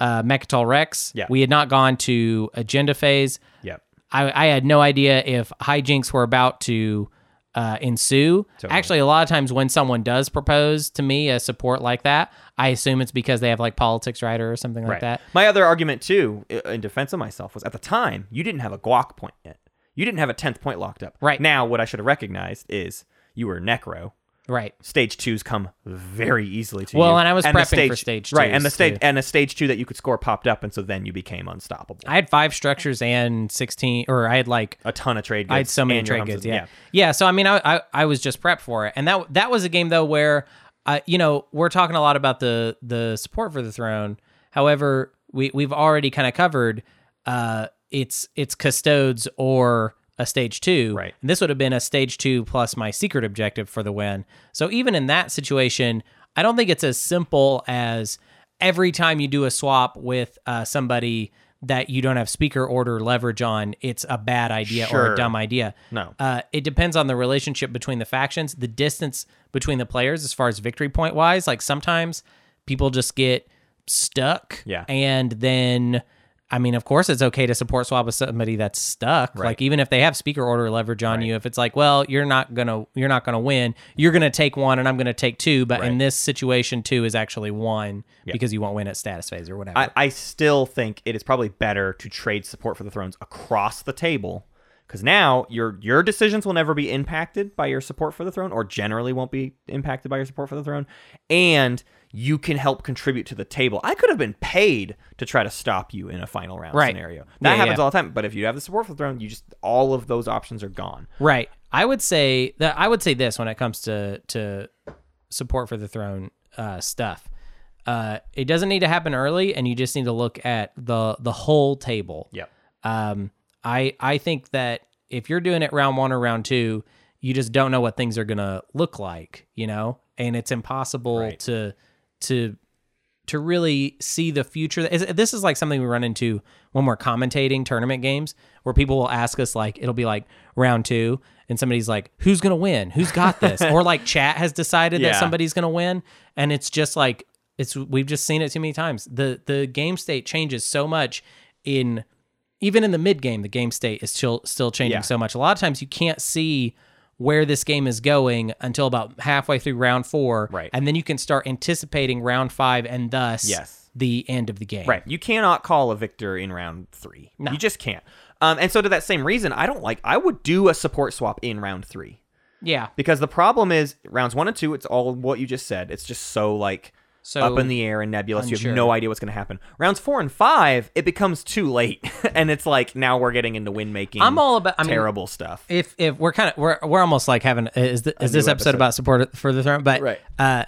uh, Mechatol Rex. Yeah. We had not gone to agenda phase. Yep. I, I had no idea if hijinks were about to uh, ensue. Actually, a lot of times when someone does propose to me a support like that, I assume it's because they have like politics writer or something like that. My other argument too, i- in defense of myself, was at the time you didn't have a guac point yet. You didn't have a tenth point locked up. Right. now, what I should have recognized is you were necro. Right. stage twos come very easily to you. Well, and I was the prepping for stage right, and the twos, stage too. and a stage two that you could score popped up, and so then you became unstoppable. I had five structures and 16, or I had like A ton of trade goods. I had so many and your trade hums goods. and- Yeah. yeah, So I mean, I, I I was just prepped for it, and that that was a game though where, uh, you know, we're talking a lot about the the support for the throne. However, we we've already kind of covered, uh, it's it's custodes or a stage two. Right. And this would have been a stage two plus my secret objective for the win. So even in that situation, I don't think it's as simple as every time you do a swap with uh, somebody that you don't have speaker order leverage on, it's a bad idea or Sure. a dumb idea. No. Uh, it depends on the relationship between the factions, the distance between the players as far as victory point wise. Like sometimes people just get stuck. Yeah. And then, I mean, of course, it's okay to support swap with somebody that's stuck. Like even if they have speaker order leverage on you, if it's like, well, you're not gonna you're not gonna win. You're gonna take one, and I'm gonna take two. But in this situation, two is actually one because you won't win at status phase or whatever. I, I still think it is probably better to trade support for the thrones across the table. Because now your your decisions will never be impacted by your support for the throne, or generally won't be impacted by your support for the throne, and you can help contribute to the table. I could have been paid to try to stop you in a final round Right. scenario. That Yeah, happens yeah. all the time. But if you have the support for the throne, you just all of those options are gone. Right. I would say that I would say this when it comes to to support for the throne uh, stuff. Uh, it doesn't need to happen early, and you just need to look at the the whole table. Yep. Um, I I think that if you're doing it round one or round two, you just don't know what things are gonna look like, you know, and it's impossible to to to really see the future. Is- This is like something we run into when we're commentating tournament games, where people will ask us like, it'll be like round two, and somebody's like, "Who's gonna win? Who's got this?" or like chat has decided Yeah. that somebody's gonna win, and it's just like it's we've just seen it too many times. the The game state changes so much in even in the mid game, the game state is still still changing Yeah. so much. A lot of times you can't see where this game is going until about halfway through round four. Right. And then you can start anticipating round five and thus Yes. the end of the game. Right. You cannot call a victor in round three. You just can't. Um, and so to that same reason, I don't like. I would do a support swap in round three Yeah. because the problem is rounds one and two. It's all what you just said. It's just so like So- up in the air and nebulous. You Unsure. have no idea what's going to happen. Rounds four and five, it becomes too late, and it's like now we're getting into win making. I'm all about- I mean- terrible stuff. If if we're kind of we're we're almost like having is th- is this episode, about support for the throne? But Right. uh,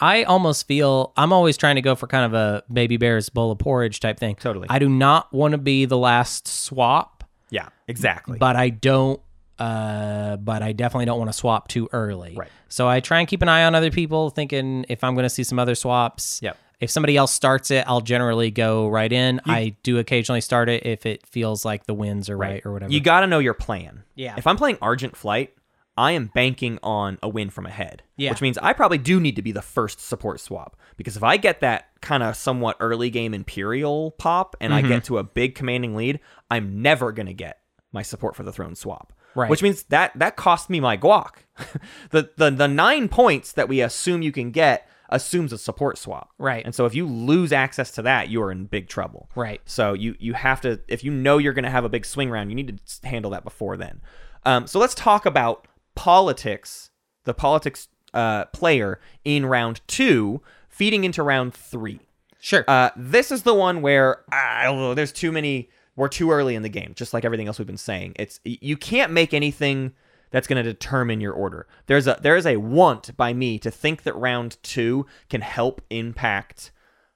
I almost feel I'm always trying to go for kind of a baby bear's bowl of porridge type thing. Totally. I do not want to be the last swap, Yeah, exactly. but I don't. Uh, but I definitely don't want to swap too early. Right. So I try and keep an eye on other people, thinking if I'm going to see some other swaps. Yep. If somebody else starts it, I'll generally go right in. I do occasionally start it if it feels like the winds are right, or whatever. You got to know your plan. Yeah. If I'm playing Argent Flight, I am banking on a win from ahead. Yeah. Which means I probably do need to be the first support swap because if I get that kind of somewhat early game Imperial pop and I Mm-hmm. get to a big commanding lead, I'm never going to get my support for the throne swap. Right. Which means that that cost me my guac. the, the the 9 points that we assume you can get assumes a support swap. Right. And so if you lose access to that, you are in big trouble. Right. So you you have to if you know you're going to have a big swing round, you need to s- handle that before then. Um, so let's talk about politics, the politics uh, player in round two, feeding into round three. sure. Uh, this is the one where I don't know, there's too many. We're too early in the game, just like everything else we've been saying. It's y- you can't make anything that's going to determine your order. There's a there is a want by me to think that round two can help impact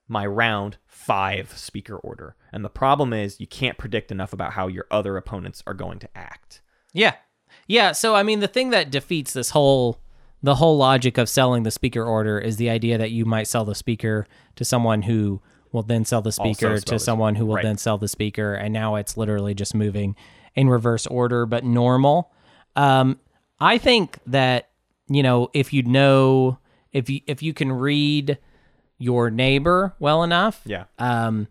my round five speaker order, and the problem is you can't predict enough about how your other opponents are going to act. Yeah. Yeah, so I mean the thing that defeats this whole the whole logic of selling the speaker order is the idea that you might sell the speaker to someone who will then sell the speaker sell to the- someone who will right. then sell the speaker and now it's literally just moving in reverse order but normal. Um I think that you know if you know if you if you can read your neighbor well enough Yeah, um,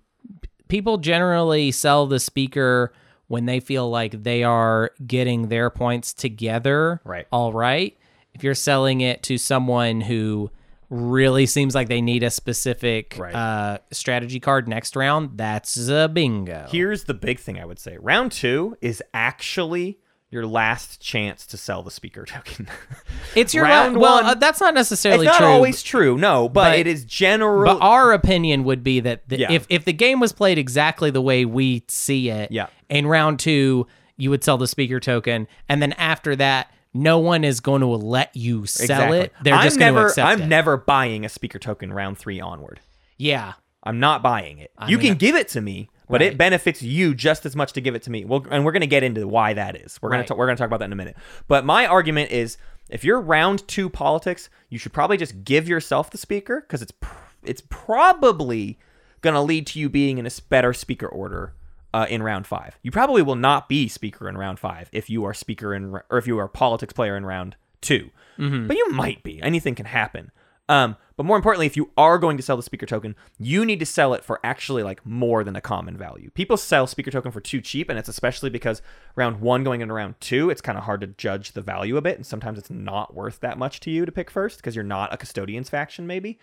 people generally sell the speaker when they feel like they are getting their points together. Right. All right. If you're selling it to someone who really seems like they need a specific Right. uh, strategy card next round, that's a bingo. Here's the big thing I would say. Round two is actually your last chance to sell the speaker token. it's your round round well. one- uh, that's not necessarily it's not true. always true, no, but, but- it is general. but our opinion would be that the, Oh. Yeah. if if the game was played exactly the way we see it, Yeah. in round two you would sell the speaker token, and then after that, no one is going to let you sell Exactly. it. They're I'm just going to never, accept I'm it. never buying a speaker token round three onward. yeah, I'm not buying it. you can give it to me, but it benefits you just as much to give it to me. Well, and we're going to get into why that is. We're going Right. to we're going to talk about that in a minute. But my argument is, if you're round two politics, you should probably just give yourself the speaker because it's pr- it's probably going to lead to you being in a s- better speaker order. Uh, in round five, you probably will not be speaker in round five if you are speaker in r- or if you are politics player in round 2 but you might be. Anything can happen. Um, but more importantly, if you are going to sell the speaker token, you need to sell it for actually like more than a common value. People sell speaker token for too cheap, and it's especially because round one going into round two, it's kind of hard to judge the value of it, and sometimes it's not worth that much to you to pick first because you're not a custodian's faction, maybe.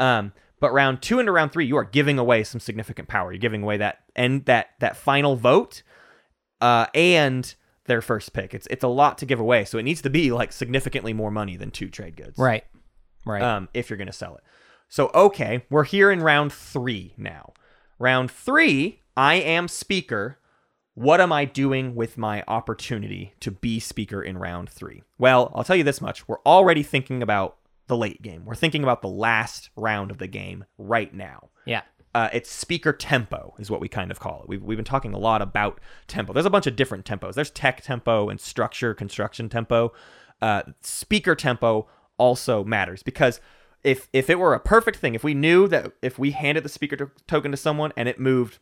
Um, but round two into round three, you are giving away some significant power. You're giving away that and that that final vote, uh, and their first pick. It's it's a lot to give away, so it needs to be like significantly more money than two trade goods, right, right. Um, if you're gonna sell it. So okay, we're here in round three now. Round three, I am speaker. What am I doing with my opportunity to be speaker in round three? Well, I'll tell you this much: we're already thinking about the late game. We're thinking about the last round of the game right now yeah, uh, it's speaker tempo is what we kind of call it. We've, we've been talking a lot about tempo. There's a bunch of different tempos. There's tech tempo and structure construction tempo. Uh, speaker tempo also matters because if if it were a perfect thing, if we knew that if we handed the speaker to- token to someone and it moved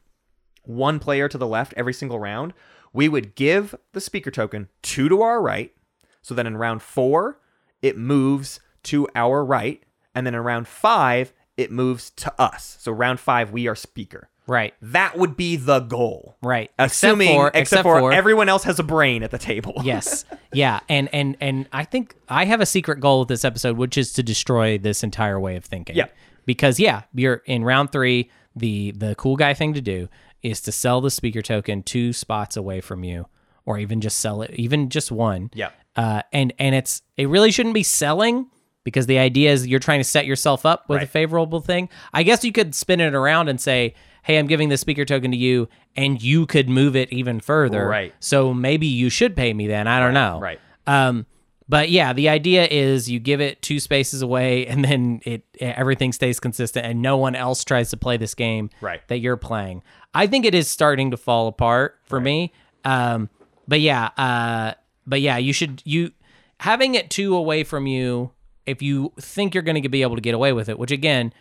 one player to the left every single round, we would give the speaker token two to our right. So then in round four, it moves to our right. And then in round five, it moves to us. So round five, we are speaker. Right. That would be the goal. Right. Assuming except for, except for everyone else has a brain at the table. yes. Yeah. And and and I think I have a secret goal with this episode, which is to destroy this entire way of thinking. Yeah. Because yeah, you're in round three. The the cool guy thing to do is to sell the speaker token two spots away from you, or even just sell it, even just one. Yeah. Uh, and and it's it really shouldn't be selling because the idea is you're trying to set yourself up with a Right. favorable thing. I guess you could spin it around and say, "Hey, I'm giving this speaker token to you," and you could move it even further. Right. So maybe you should pay me then. I don't know. right. Um, but yeah, the idea is you give it two spaces away, and then it e, everything stays consistent, and no one else tries to play this game Right. that you're playing. I think it is starting to fall apart for me. Um, but yeah, uh, but yeah, you should you having it two away from you if you think you're going to be able to get away with it, which again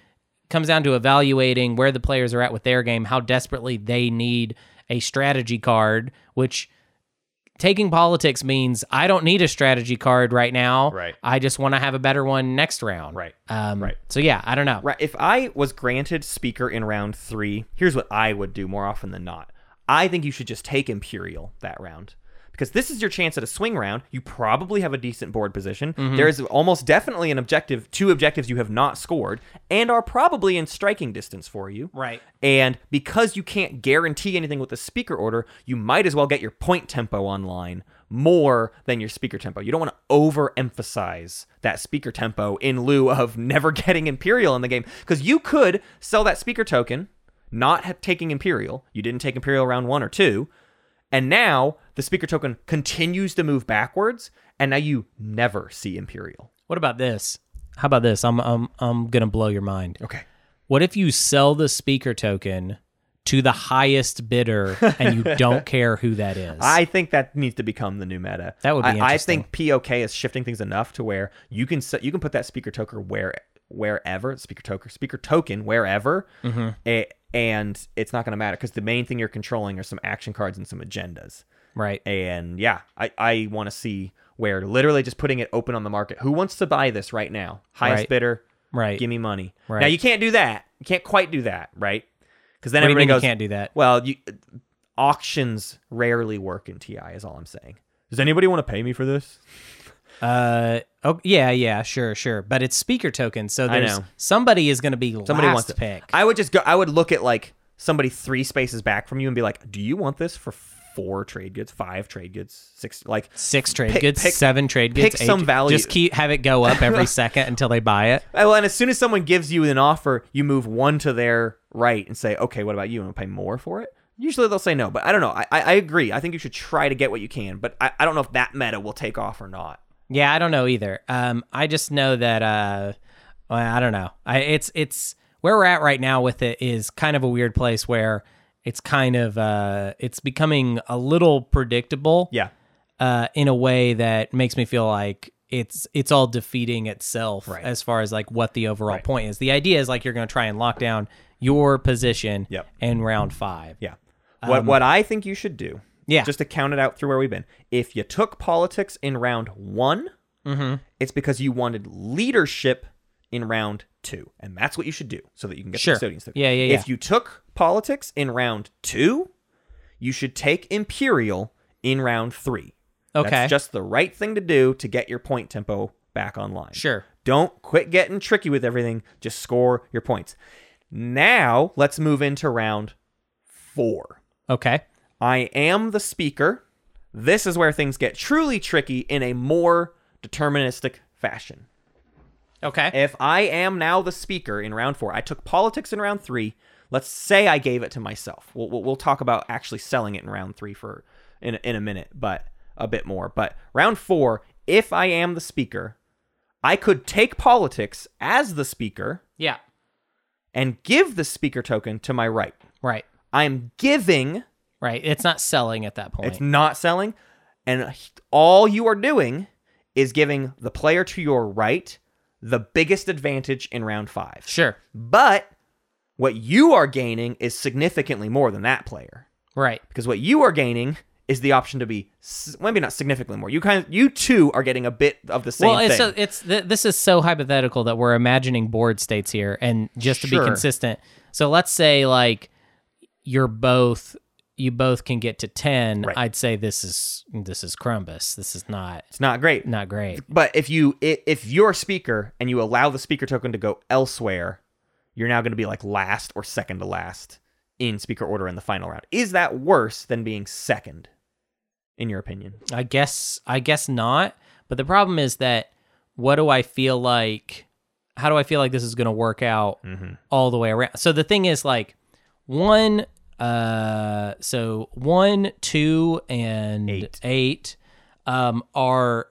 comes down to evaluating where the players are at with their game, how desperately they need a strategy card, which taking politics means I don't need a strategy card right now. Right. I just want to have a better one next round. Right. Um, Right. So yeah, I don't know. Right. If I was granted speaker in round three, here's what I would do more often than not. I think you should just take Imperial that round. Because this is your chance at a swing round. You probably have a decent board position. There is almost definitely an objective, two objectives you have not scored, and are probably in striking distance for you. Right. And because you can't guarantee anything with the speaker order, you might as well get your point tempo online more than your speaker tempo. You don't want to overemphasize that speaker tempo in lieu of never getting Imperial in the game. Because you could sell that speaker token, not have taking Imperial. You didn't take Imperial round one or two. And now the speaker token continues to move backwards. And now you never see Imperial. What about this? How about this? I'm I'm I'm gonna blow your mind. Okay. What if you sell the speaker token to the highest bidder and you don't care who that is? I think that needs to become the new meta. That would be I, I interesting. think POK is shifting things enough to where you can set, you can put that speaker token where wherever speaker token speaker token wherever, Mm-hmm. a- and it's not going to matter because the main thing you're controlling are some action cards and some agendas. right. And yeah, I I want to see where literally just putting it open on the market. Who wants to buy this right now? Highest Right. bidder, Right. Give me money. Right. Now you can't do that. You can't quite do that, right? Because then What do you everybody mean you goes, can't do that? well, you, auctions rarely work in TI, is all I'm saying. Does anybody want to pay me for this? Uh oh yeah yeah sure sure but it's speaker token so I there's know. somebody is gonna be Somebody last wants to pick I would just go. I would look at like somebody three spaces back from you and be like, "Do you want this for four trade goods, five trade goods, six? Like, six trade Pick- goods pick- seven trade pick goods some value. just keep have it go up every second until they buy it well, and as soon as someone gives you an offer, you move one to their right and say, "Okay, what about you? Want to pay more for it?" Usually they'll say no, but I don't know. I, I, I agree. I think you should try to get what you can, but I, I don't know if that meta will take off or not. Yeah, I don't know either. Um, I just know that uh, well, I don't know. I it's it's where we're at right now with it is kind of a weird place where it's kind of uh, it's becoming a little predictable. Yeah. Uh, in a way that makes me feel like it's it's all defeating itself as far as like what the overall point is. The idea is like you're going to try and lock down your position Yep. in round five. Yeah. What what I think you should do, Um, Yeah. just to count it out through where we've been. If you took politics in round one, Mm-hmm. it's because you wanted leadership in round two, and that's what you should do so that you can get Sure. the custodian stuff. Yeah, yeah, If you took politics in round two, you should take imperial in round three. Okay. that's just the right thing to do to get your point tempo back online. Sure. Don't quit getting tricky with everything. Just score your points. Now let's move into round four. Okay. I am the speaker. This is where things get truly tricky in a more deterministic fashion. Okay. If I am now the speaker in round four, I took politics in round three. Let's say I gave it to myself. We'll, we'll, we'll talk about actually selling it in round three for in, in a minute, but a bit more. But round four, if I am the speaker, I could take politics as the speaker yeah. and give the speaker token to my right. Right. I'm giving Right. It's not selling at that point. It's not selling. And all you are doing is giving the player to your right the biggest advantage in round five. sure. But what you are gaining is significantly more than that player Right. because what you are gaining is the option to be s- well, maybe not significantly more. You kind of you too are getting a bit of the same well, it's thing. so it's th- this is so hypothetical that we're imagining board states here, and just to Sure. be consistent. So let's say like you're both you both can get to 10 Right. i'd say this is this is crumbus this is not It's not great. not great But if you i- if you're a speaker and you allow the speaker token to go elsewhere, you're now going to be like last or second to last in speaker order in the final round. Is that worse than being second? In your opinion, I guess I guess not. But the problem is that what do I feel like how do I feel like this is going to work out all the way around? So the thing is like one uh so 1 2 and 8, um are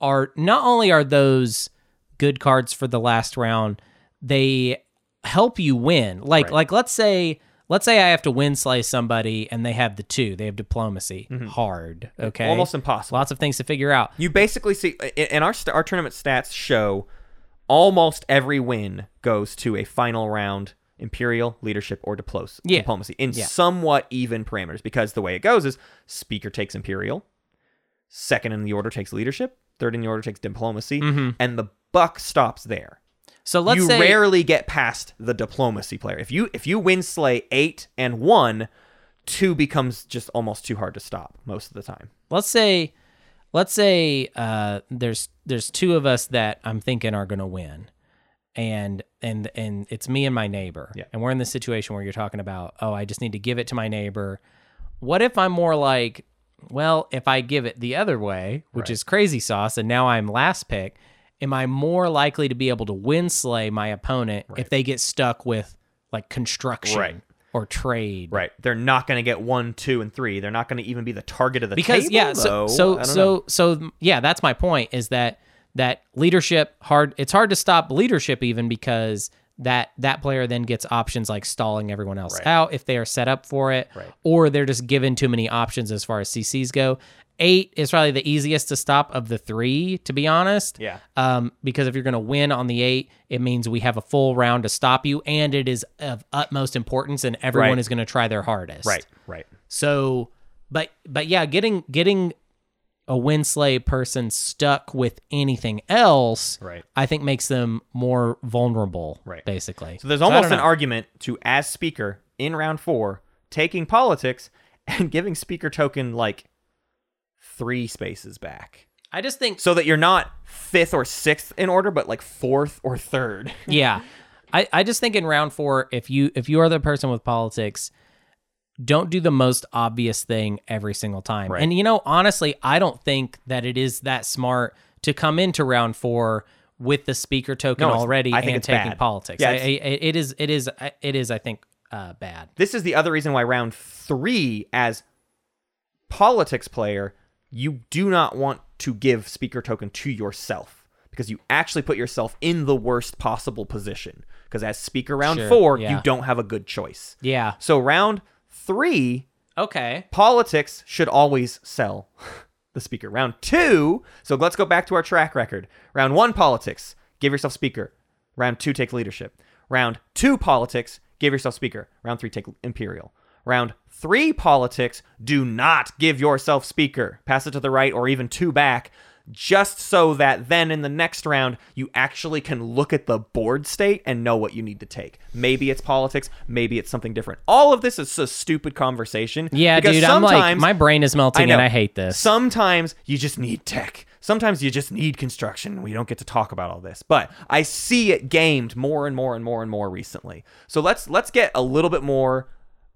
are not only are those good cards for the last round, they help you win. Like like let's say let's say I have to win slay somebody and they have the two. They have diplomacy. Hard, okay? almost impossible. lots of things to figure out. You basically see, uh, i- and our st- our tournament stats show almost every win goes to a final round imperial leadership or diplos- Yeah. diplomacy in somewhat even parameters because the way it goes is speaker takes imperial, second in the order takes leadership, third in the order takes diplomacy, and the buck stops there. So Mm-hmm. let's you say rarely get past the diplomacy player. If you if you win slay eight and one, two becomes just almost too hard to stop most of the time. let's say let's say uh, there's there's two of us that I'm thinking are gonna win, and and and it's me and my neighbor, Yeah. and we're in this situation where you're talking about oh I just need to give it to my neighbor. What if I'm more like well if I give it the other way, which is crazy sauce, and now I'm last pick. Am I more likely to be able to win slay my opponent if they get stuck with like construction Right. or trade Right. They're not going to get one, two, and three. They're not going to even be the target of the because table. yeah so though. I so don't so, so yeah that's my point is that that leadership hard it's hard to stop leadership even because that that player then gets options like stalling everyone else out if they are set up for it or they're just given too many options as far as cc's go eight is probably the easiest to stop of the three to be honest Yeah. um, because if you're going to win on the eight, it means we have a full round to stop you, and it is of utmost importance, and everyone Right. is going to try their hardest. know. right, right. So, but but yeah, getting getting a Winslay person stuck with anything else, Right. I think makes them more vulnerable, Right. Basically, So there's almost don't an know. argument to, as speaker in round four, taking politics and giving speaker token like three spaces back, I just think so that you're not fifth or sixth in order, but like fourth or third. yeah Mm-hmm. I, I just think in round four if you if you are the person with politics don't do the most obvious thing every single time and you know honestly i don't think that it is that smart to come into round four with the speaker token No, it's- already I think and it's taking bad. politics Yeah, I, I, it's- it is it is it is i think uh, bad This is the other reason why round three, as politics player, you do not want to give speaker token to yourself because you actually put yourself in the worst possible position. Because as speaker round Sure, four, yeah. you don't have a good choice. yeah So round three, okay politics should always sell the speaker. Round two, so let's go back to our track record. Round one, politics, give yourself speaker. Round two, take leadership. Round two, politics, give yourself speaker. Round three, take imperial. Round three, politics, do not give yourself speaker. Pass it to the right or even two back. Just so that then in the next round, you actually can look at the board state and know what you need to take. Maybe it's politics, maybe it's something different. All of this is a stupid conversation. yeah Because dude i'm like sometimes- my brain is melting know. and i hate this Sometimes you just need tech. Sometimes you just need construction. We don't get to talk about all this, but I see it gamed more and more and more and more recently. So let's let's get a little bit more.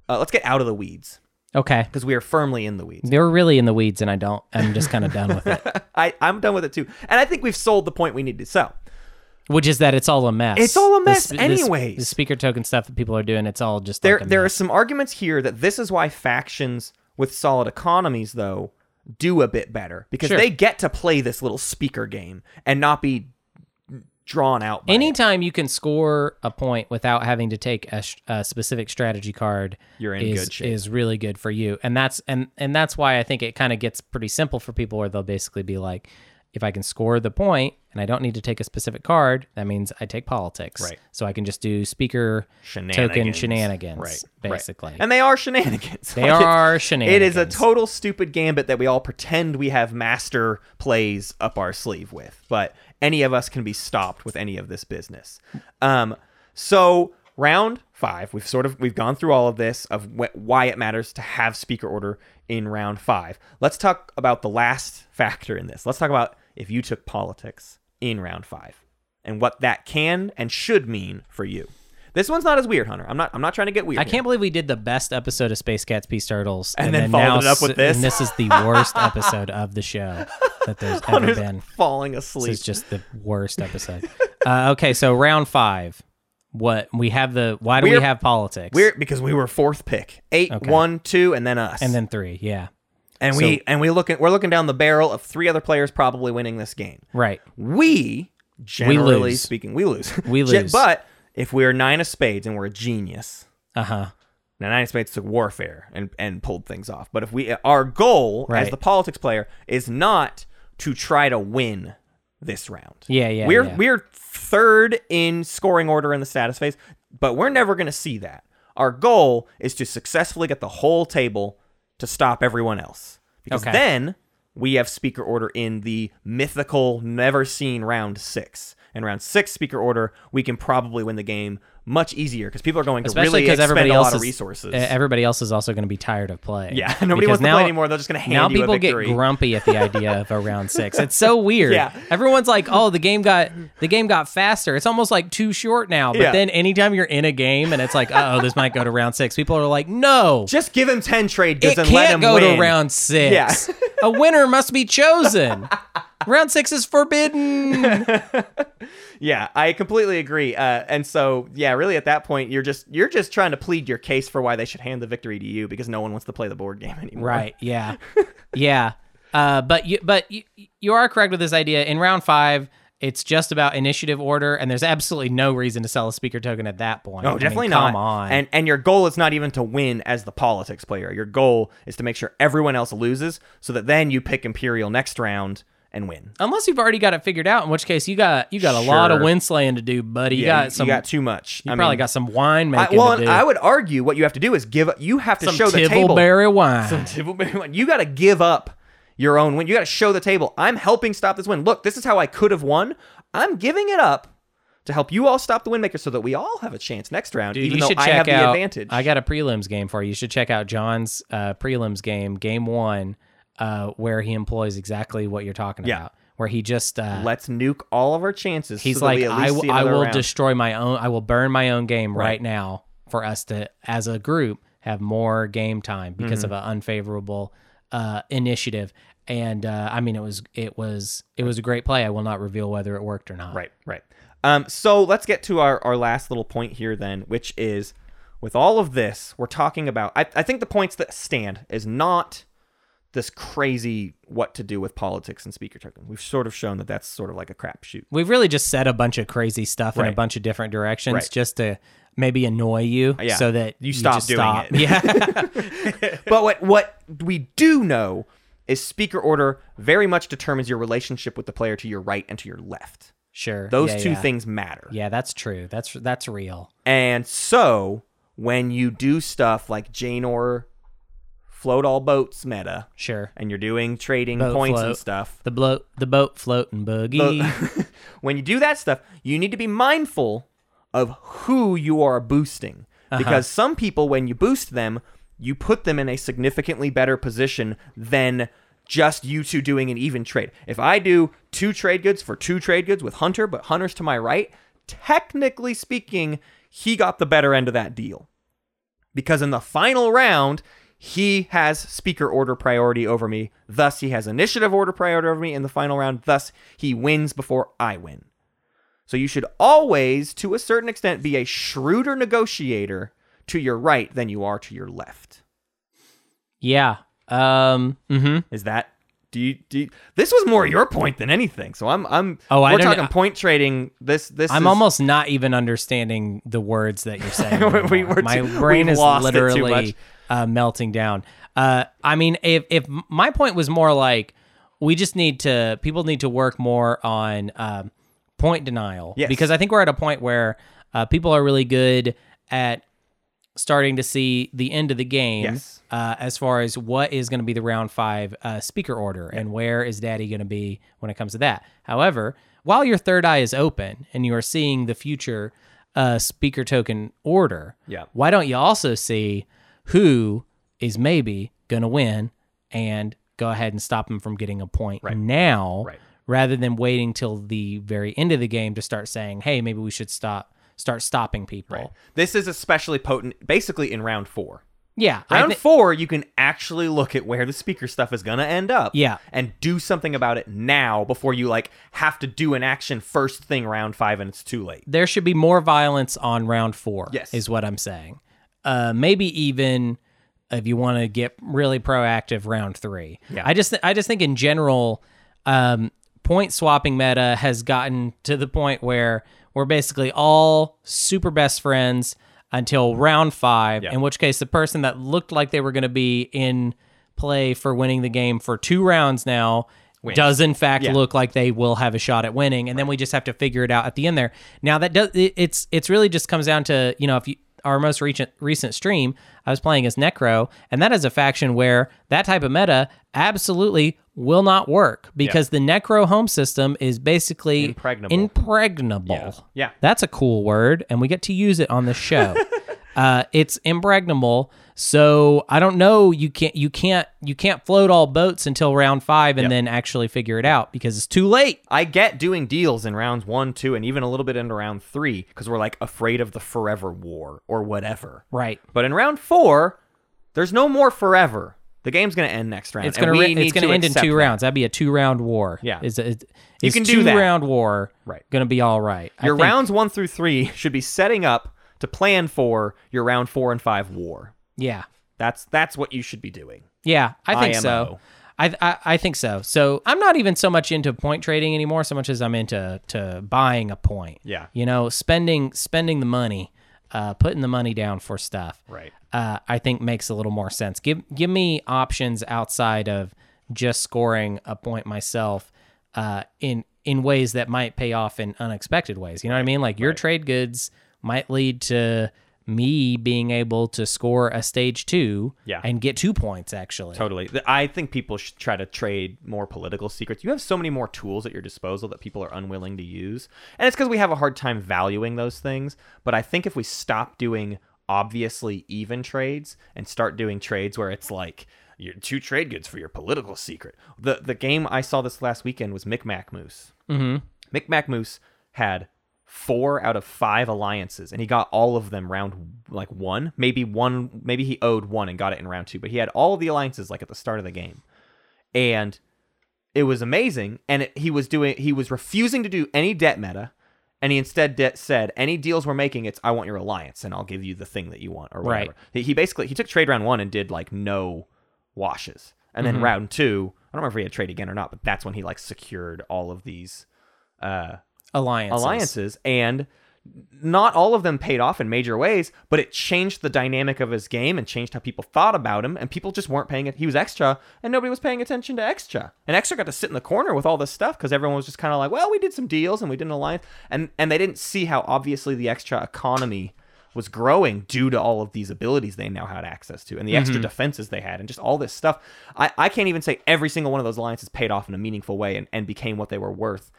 Uh, let's get out of the weeds okay because we are firmly in the weeds. they're really in the weeds and i don't i'm just kind of done with it I I'm done with it too, and I think we've sold the point we need to sell. which is that it's all a mess. It's all a The mess sp- the sp- anyways. The speaker token stuff that people are doing, it's all just There like a there are mess. some arguments here that this is why factions with solid economies though do a bit better because Sure. they get to play this little speaker game and not be drawn out. By it. Anytime you can score a point without having to take a, sh- a specific strategy card, You're in is, good shape. is really good for you, and that's and and that's why I think it kind of gets pretty simple for people, where they'll basically be like, if I can score the point and I don't need to take a specific card, that means I take politics, Right. So I can just do speaker token Shenanigans. shenanigans, Right, right. basically. And they are shenanigans. They it's- are It is a shenanigans. total stupid gambit that we all pretend we have master plays up our sleeve with, but any of us can be stopped with any of this business. Um, so round five we've sort of we've gone through all of this of wh- why it matters to have speaker order in round five let's talk about the last factor in this let's talk about if you took politics in round five and what that can and should mean for you this one's not as weird hunter i'm not i'm not trying to get weird I here. can't believe we did the best episode of Space Cats Peace Turtles And then followed it up with s- this. And this is the worst episode of the show that there's ever Hunter's been. falling This asleep is just the worst episode. Uh, okay, so round five. What we have the why do we We're- have politics? we're because we were fourth pick eight, one, two, Okay. and then us and then three, yeah, and we and we looking we're looking down the barrel of three other players probably winning this game right. we generally lose. speaking we lose We Ge- lose. but if we're nine of spades and we're a genius Uh huh. now nine of spades took warfare and and pulled things off but if we our goal as Right. the politics player is not to try to win this round Yeah, yeah, we're yeah. we're third in scoring order in the status phase but we're never going to see that our goal is to successfully get the whole table to stop everyone else because Okay. then we have speaker order in the mythical, never seen round six. And round six speaker order, we can probably win the game much easier because people are going to Especially really because expend everybody a else lot of is- resources. e- everybody else is also going to be tired of playing. Yeah, nobody Because wants to play anymore. They're just gonna hand now you a people victory. get grumpy at the idea of a round six. It's so weird. Yeah. everyone's like, "Oh, the game got the game got faster." It's almost like too short now. But Yeah. then anytime you're in a game and it's like, "Oh, this might go to round six, people are like, "No, Just give him ten trade it goods and can't let him go win. to round six. Yeah. a winner must be chosen. round six is forbidden." Yeah, I completely agree. Uh, and so, yeah, really, at that point, you're just you're just trying to plead your case for why they should hand the victory to you because no one wants to play the board game anymore. Right. Yeah. yeah. Uh, but you, but you, you are correct with this idea. In round five, it's just about initiative order, and there's absolutely no reason to sell a speaker token at that point. I No, mean, definitely come not. on. And and your goal is not even to win as the politics player. Your goal is to make sure everyone else loses so that then you pick Imperial next round and win. unless you've already got it figured out, in which case you got you got a lot of Sure. winslaying to do, buddy. You Yeah, got some. you got too much. you I probably mean, got some wine I, making well, to and do. I would argue what you have to do is give up. You have to some show the table. Tibbleberry wine. Tibbleberry- You got to give up your own win. You got to show the table. I'm helping stop this win. Look, this is how I could have won. I'm giving it up to help you all stop the win maker so that we all have a chance next round, Dude, even you though should I check have out, the advantage. I got a prelims game for you. You should check out John's uh, prelims game, game one, uh, where he employs exactly what you're talking Yeah. about. Where he just uh, Let's nuke all of our chances. so he's that like, we at least I, see w- I another will round. destroy my own, I will burn my own game right, now for us to, as a group, have more game time because Mm-hmm. of an unfavorable uh, initiative. And uh, I mean, it was it was it was a great play. I will not reveal whether it worked or not. Right, right. Um, so let's get to our, our last little point here then, which is with all of this, we're talking about I, I think the points that stand is not this crazy what to do with politics and speaker token. We've sort of shown that that's sort of like a crapshoot. We've really just said a bunch of crazy stuff in a Right. bunch of different directions Right. Uh, just to maybe annoy you Yeah. so that You stop just doing it. Yeah. but what what we do know is speaker order very much determines your relationship with the player to your right and to your left. sure. Those Yeah, two yeah. things matter. Yeah, that's true. That's that's real. And so when you do stuff like Janor float all boats meta, Sure. and you're doing trading Boat points and float. stuff. The bloat the boat floating boogie. when you do that stuff, you need to be mindful of who you are boosting. Uh-huh. Because some people, when you boost them, you put them in a significantly better position than just you two doing an even trade. If I do two trade goods for two trade goods with Hunter, but Hunter's to my right, technically speaking, he got the better end of that deal because in the final round he has speaker order priority over me thus he has initiative order priority over me in the final round thus he wins before i win so you should always to a certain extent be a shrewder negotiator to your right than you are to your left yeah. Um hmm is that do you, do you- this was more your point than anything so i'm i'm Oh, we're I don't- talking point trading this this I'm is- almost not even understanding the words that you're saying. We- anymore. we're My too- brain we've is lost it too much. literally uh, melting down. Uh, I mean, if if my point was more like we just need to people need to work more on um, point denial Yes. because I think we're at a point where uh, people are really good at starting to see the end of the game Yes. uh, as far as what is going to be the round five uh, speaker order and where is daddy going to be when it comes to that. However, while your third eye is open and you are seeing the future, uh, speaker token order. Yeah. Why don't you also see who is maybe going to win and go ahead and stop them from getting a point now Right. rather than waiting till the very end of the game to start saying, hey, maybe we should stop, start stopping people. This is especially potent basically in round four. Yeah. I Round thi- four, you can actually look at where the speaker stuff is gonna end up. Yeah. And do something about it now before you like have to do an action first thing round five and it's too late. there should be more violence on round four. Yes. is what I'm saying. Uh, maybe even if you want to get really proactive, round three. Yeah. I just I just think in general, um, point swapping meta has gotten to the point where we're basically all super best friends until round five, in which case the person that looked like they were going to be in play for winning the game for two rounds now does in fact look like they will have a shot at winning and then we just have to figure it out at the end there now that does it, it's it's really just comes down to you know if you our most recent recent stream i was playing as necro and that is a faction where that type of meta absolutely will not work because the necro home system is basically Impregnable. impregnable Yeah. that's a cool word, and we get to use it on the show. uh, it's impregnable, so I don't know. You can't, you can't, you can't float all boats until round five, and then actually figure it out because it's too late. I get doing deals in rounds one, two, and even a little bit into round three because we're like afraid of the forever war or whatever. Right. But in round four, there's no more forever. The game's gonna end next round. It's and gonna, we re- need it's gonna to end in accept two that. rounds. That'd be a two round war. Yeah. Is, is, is You can do two that. round war Right. gonna be all right? I Your think- rounds one through three should be setting up to plan for your round four and five war. yeah. That's that's what you should be doing. Yeah, I think IMO. so. I, I I think so. So I'm not even so much into point trading anymore, so much as I'm into to buying a point. Yeah. you know, spending spending the money, uh, putting the money down for stuff. Right. Uh, I think makes a little more sense. Give give me options outside of just scoring a point myself, uh, in in ways that might pay off in unexpected ways. You know what I mean? Like your trade goods might lead to me being able to score a stage two Yeah. and get two points actually. Totally. Th- I think people should try to trade more political secrets. You have so many more tools at your disposal that people are unwilling to use. And it's because we have a hard time valuing those things. But I think if we stop doing obviously even trades and start doing trades where it's like, your two trade goods for your political secret. The the game I saw this last weekend was Micmac Moose. Mm-hmm. Micmac Moose had four out of five alliances and he got all of them round like one maybe one maybe he owed one and got it in round two but he had all of the alliances like at the start of the game and it was amazing and it, he was doing he was refusing to do any debt meta and he instead de- said any deals we're making it's i want your alliance and i'll give you the thing that you want or whatever Right. he, he basically he took trade round one and did like no washes and then round two i don't remember if he had trade again or not but that's when he like secured all of these uh alliances. alliances and not all of them paid off in major ways but it changed the dynamic of his game and changed how people thought about him and people just weren't paying it he was extra and nobody was paying attention to extra and extra got to sit in the corner with all this stuff because everyone was just kind of like well we did some deals and we did an alliance and and they didn't see how obviously the extra economy was growing due to all of these abilities they now had access to and the extra defenses they had and just all this stuff I, I can't even say every single one of those alliances paid off in a meaningful way and, and became what they were worth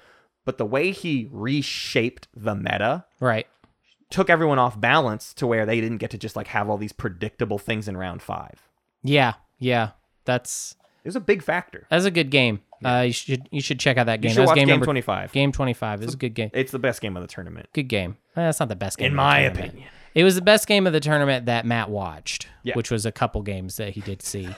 but the way he reshaped the meta Right. took everyone off balance to where they didn't get to just like have all these predictable things in round five. Yeah. Yeah. That's It was a big factor. that's a good game. Uh, you should you should check out that game. You should That was watch game game, number 25. game twenty five. It was a good game. It's the best game of the tournament. Good game. Eh, That's not the best game In of the my tournament. opinion. It was the best game of the tournament that Matt watched, Yeah. which was a couple games that he did see.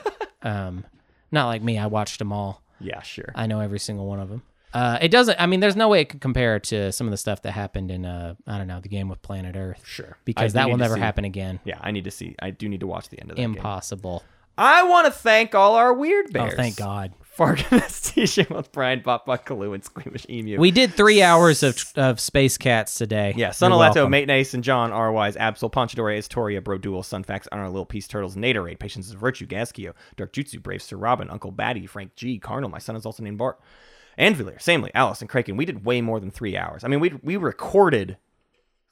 um, not like me. I watched them all. Yeah, sure. I know every single one of them. Uh, it doesn't. I mean, there's no way it could compare to some of the stuff that happened in, uh, I don't know, the game with Planet Earth. Sure. I because do that will need to never see- happen again. yeah, I need to see. I do need to watch the end of that game. Impossible. I want to thank all our weird Oh, bears. thank God. Fargus teaching with Brian Bop Kalu and Squeamish Emu. We did three hours of of space cats today. Yeah, You're Sunalato, welcome. Mate Nace, and John R. Wise, Absol, Ponchadore, Astoria, Broduel, Sunfax, Honor, Little Peace, Turtles, Naderade, Patience of Virtue, Gaskio, Dark Jutsu, Brave Sir Robin, Uncle Batty, Frank G, Carnal, My Son is also named Bart, Anvilier, Samley, Alice, and Kraken. We did way more than three hours. I mean, we we recorded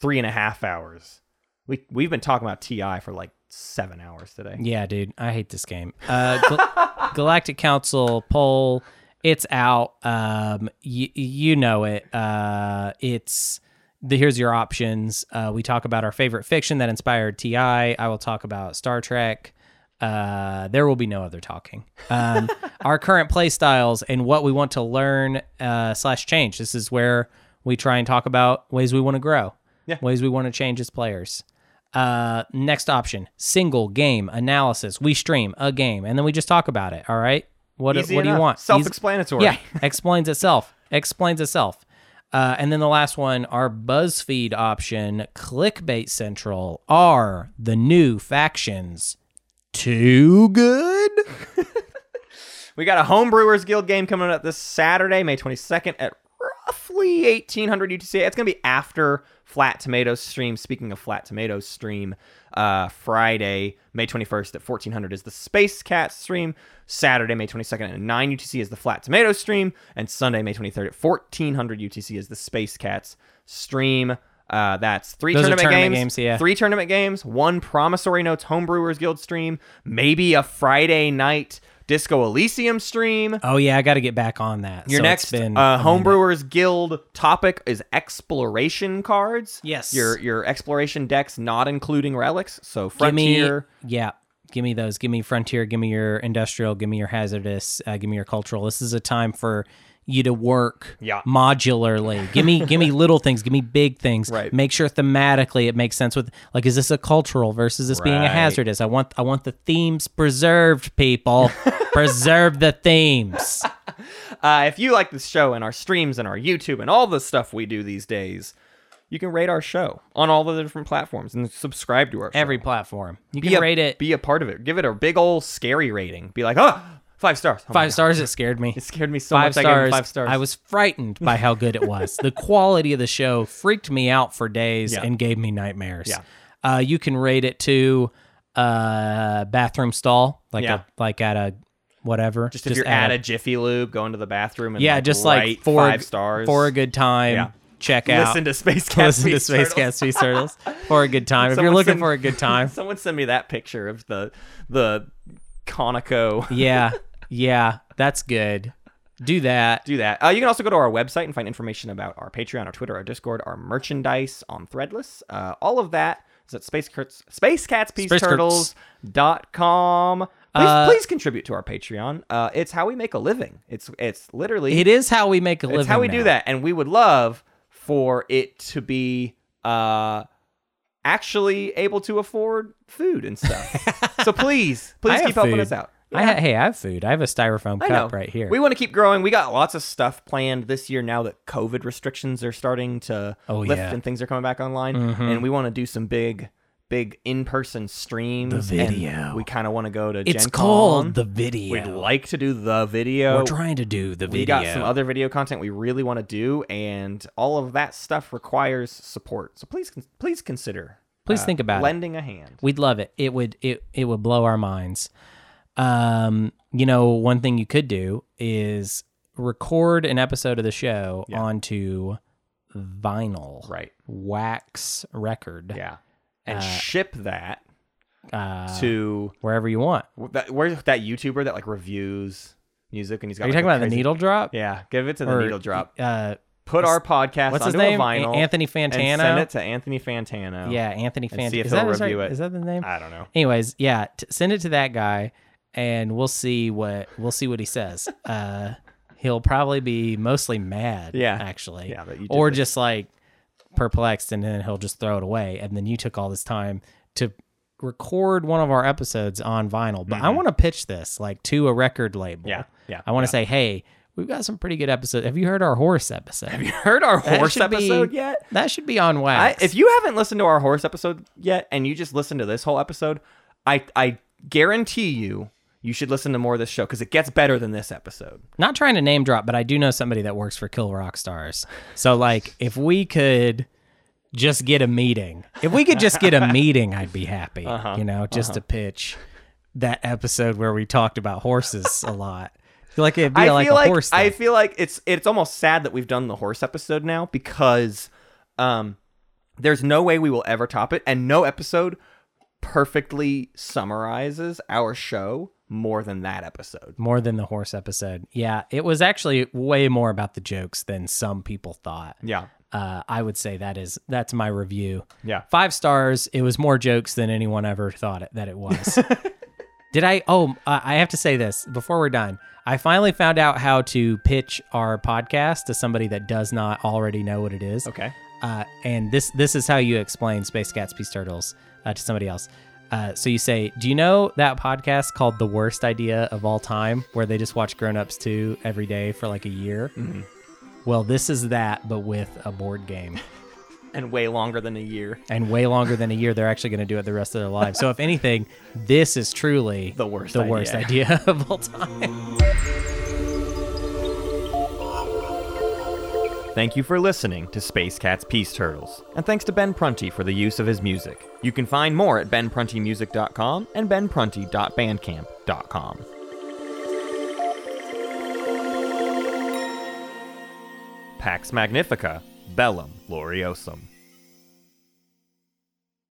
three and a half hours. We we've been talking about Ti for like seven hours today. Yeah, dude, I hate this game. Uh, Gal- Galactic Council poll, it's out. Um, y- you know it. Uh, it's the, here's your options. Uh, we talk about our favorite fiction that inspired Ti. I will talk about Star Trek. Uh, there will be no other talking. Um, our current play styles and what we want to learn uh, slash change. This is where we try and talk about ways we want to grow, Yeah. ways we want to change as players. Uh, next option: single game analysis. We stream a game and then we just talk about it. All right. What Easy What do you enough. want? Easy- Self-explanatory. yeah, explains itself. Explains itself. Uh, and then the last one, our BuzzFeed option, Clickbait Central, are the new factions too good? We got a Homebrewers Guild game coming up this Saturday, May 22nd at roughly 1800 UTC. It's going to be after Flat Tomatoes stream. Speaking of Flat Tomatoes stream, uh, Friday, May 21st at 1400 is the Space Cat stream. Saturday, May 22nd at 9 UTC is the Flat Tomatoes stream. And Sunday, May 23rd at 1400 UTC is the Space Cats stream. Uh, that's three Those are tournament, tournament games, games, yeah. three tournament games, one Promissory Notes Homebrewers Guild stream, maybe a Friday night Disco Elysium stream. Oh, yeah, I got to get back on that. Your So it's next been uh, a minute. Homebrewers Guild topic is exploration cards. Yes. Your your exploration decks, not including relics. So Give me- Frontier. yeah, give me those. Give me Frontier, give me your Industrial, give me your Hazardous, uh, give me your Cultural. This is a time for you to work Yeah. modularly give me give me little things give me big things Right. make sure thematically it makes sense with like is this a cultural versus this being a Right. hazardous i want i want the themes preserved people preserve the themes Uh, if you like this show and our streams and our YouTube and all the stuff we do these days, you can rate our show on all the different platforms and subscribe to our show. every platform you be can a, rate it Be a part of it. Give it a big old scary rating. Be like, oh, five stars. Oh my five God. stars it scared me It scared me so five much. I gave it stars five stars. i was frightened by how good it was the quality of the show freaked me out for days Yeah. and gave me nightmares Yeah. uh, you can rate it to uh bathroom stall like Yeah. a, like at a whatever just, if you're at a a Jiffy Lube, go into the bathroom and yeah, like, just like write for five stars for a good time. Yeah. Check out listen to Space Cat. listen to Space Turtles. Space Cat Space Turtles for a good time. if you're Someone looking send- for a good time, Someone send me that picture of the the Conoco. yeah, yeah, that's good. Do that. Do that. Uh, you can also go to our website and find information about our Patreon, our Twitter, our Discord, our merchandise on Threadless. Uh, all of that is at spacecats spacecatspeaceturtles.com. Please, Uh, please contribute to our Patreon. Uh, it's how we make a living. It's it's literally It is how we make a living. it's how we now. do that, and we would love for it to be uh, actually able to afford food and stuff. so please, I please have keep helping food. us out. I ha- hey, I have food. I have a styrofoam I know. cup right here. We want to keep growing. We got lots of stuff planned this year now that COVID restrictions are starting to Oh, lift yeah. Mm-hmm. and things are coming back online. And we want to do some big, big in person streams. The video. we kind of want to go to it's Gen Con. called the video. We'd like to do the video. We're trying to do the video. we got some other video content we really want to do, and all of that stuff requires support. So please, con- please consider. Please think about it. lending a hand. We'd love it. It would it it would blow our minds. Um, you know, one thing you could do is record an episode of the show onto vinyl, Right. Wax record, Yeah, and ship that uh, to wherever you want. that, where's that YouTuber that like reviews music and he's got. Are you like, talking a about the crazy- needle drop? Yeah, give it to the Or, needle drop. Uh, Put our podcast what's his onto name? a A- vinyl. Anthony And send Fantano. it to Anthony Fantano. yeah, Anthony Fantano. see if is he'll that his review right- it. Is that the name? I don't know. Anyways, yeah, t- send it to that guy, and we'll see what we'll see what he says. Uh, he'll probably be mostly mad. Yeah. actually. Yeah, that you did or this. just like perplexed, and then he'll just throw it away. And then you took all this time to record one of our episodes on vinyl. But I want to pitch this like to a record label. Mm-hmm. Yeah, yeah, I want to say, hey, we've got some pretty good episodes. Have you heard our horse episode? Have you Heard our horse should be- episode yet? that should be on I, wax. if you haven't listened to our horse episode yet, and you just listened to this whole episode, I I guarantee you, you should listen to more of this show because it gets better than this episode. not trying to name drop, but I do know somebody that works for Kill Rock Stars. So like if we could just get a meeting. If we could just get a meeting, I'd be happy. Uh-huh. You know, just to pitch that episode where we talked about horses a lot. Feel Like it'd be I like feel a like horse I thing. feel like it's it's almost sad that we've done the horse episode now because, um, there's no way we will ever top it, and no episode perfectly summarizes our show more than that episode. more than the horse episode. Yeah, it was actually way more about the jokes than some people thought. Yeah. uh, I would say that is that's my review. Yeah. five stars. It was more jokes than anyone ever thought it, that it was. Did I? Oh, uh, I have to say this before we're done. I finally found out how to pitch our podcast to somebody that does not already know what it is. Okay. Uh, and this this is how you explain Space Cats Peace Turtles uh, to somebody else. Uh, so you say, "Do you know that podcast called The Worst Idea of All Time, where they just watch Grown Ups Two every day for like a year?" Mm-hmm. Well, this is that, but with a board game, And way longer than a year. and way longer than a year. They're actually going to do it the rest of their lives. So if anything, this is truly The worst the worst idea of all time. Thank you for listening to Space Cats Peace Turtles, and thanks to Ben Prunty for the use of his music. You can find more at benpruntymusic.com and benprunty.bandcamp.com. Pax Magnifica, Bellum Gloriosum.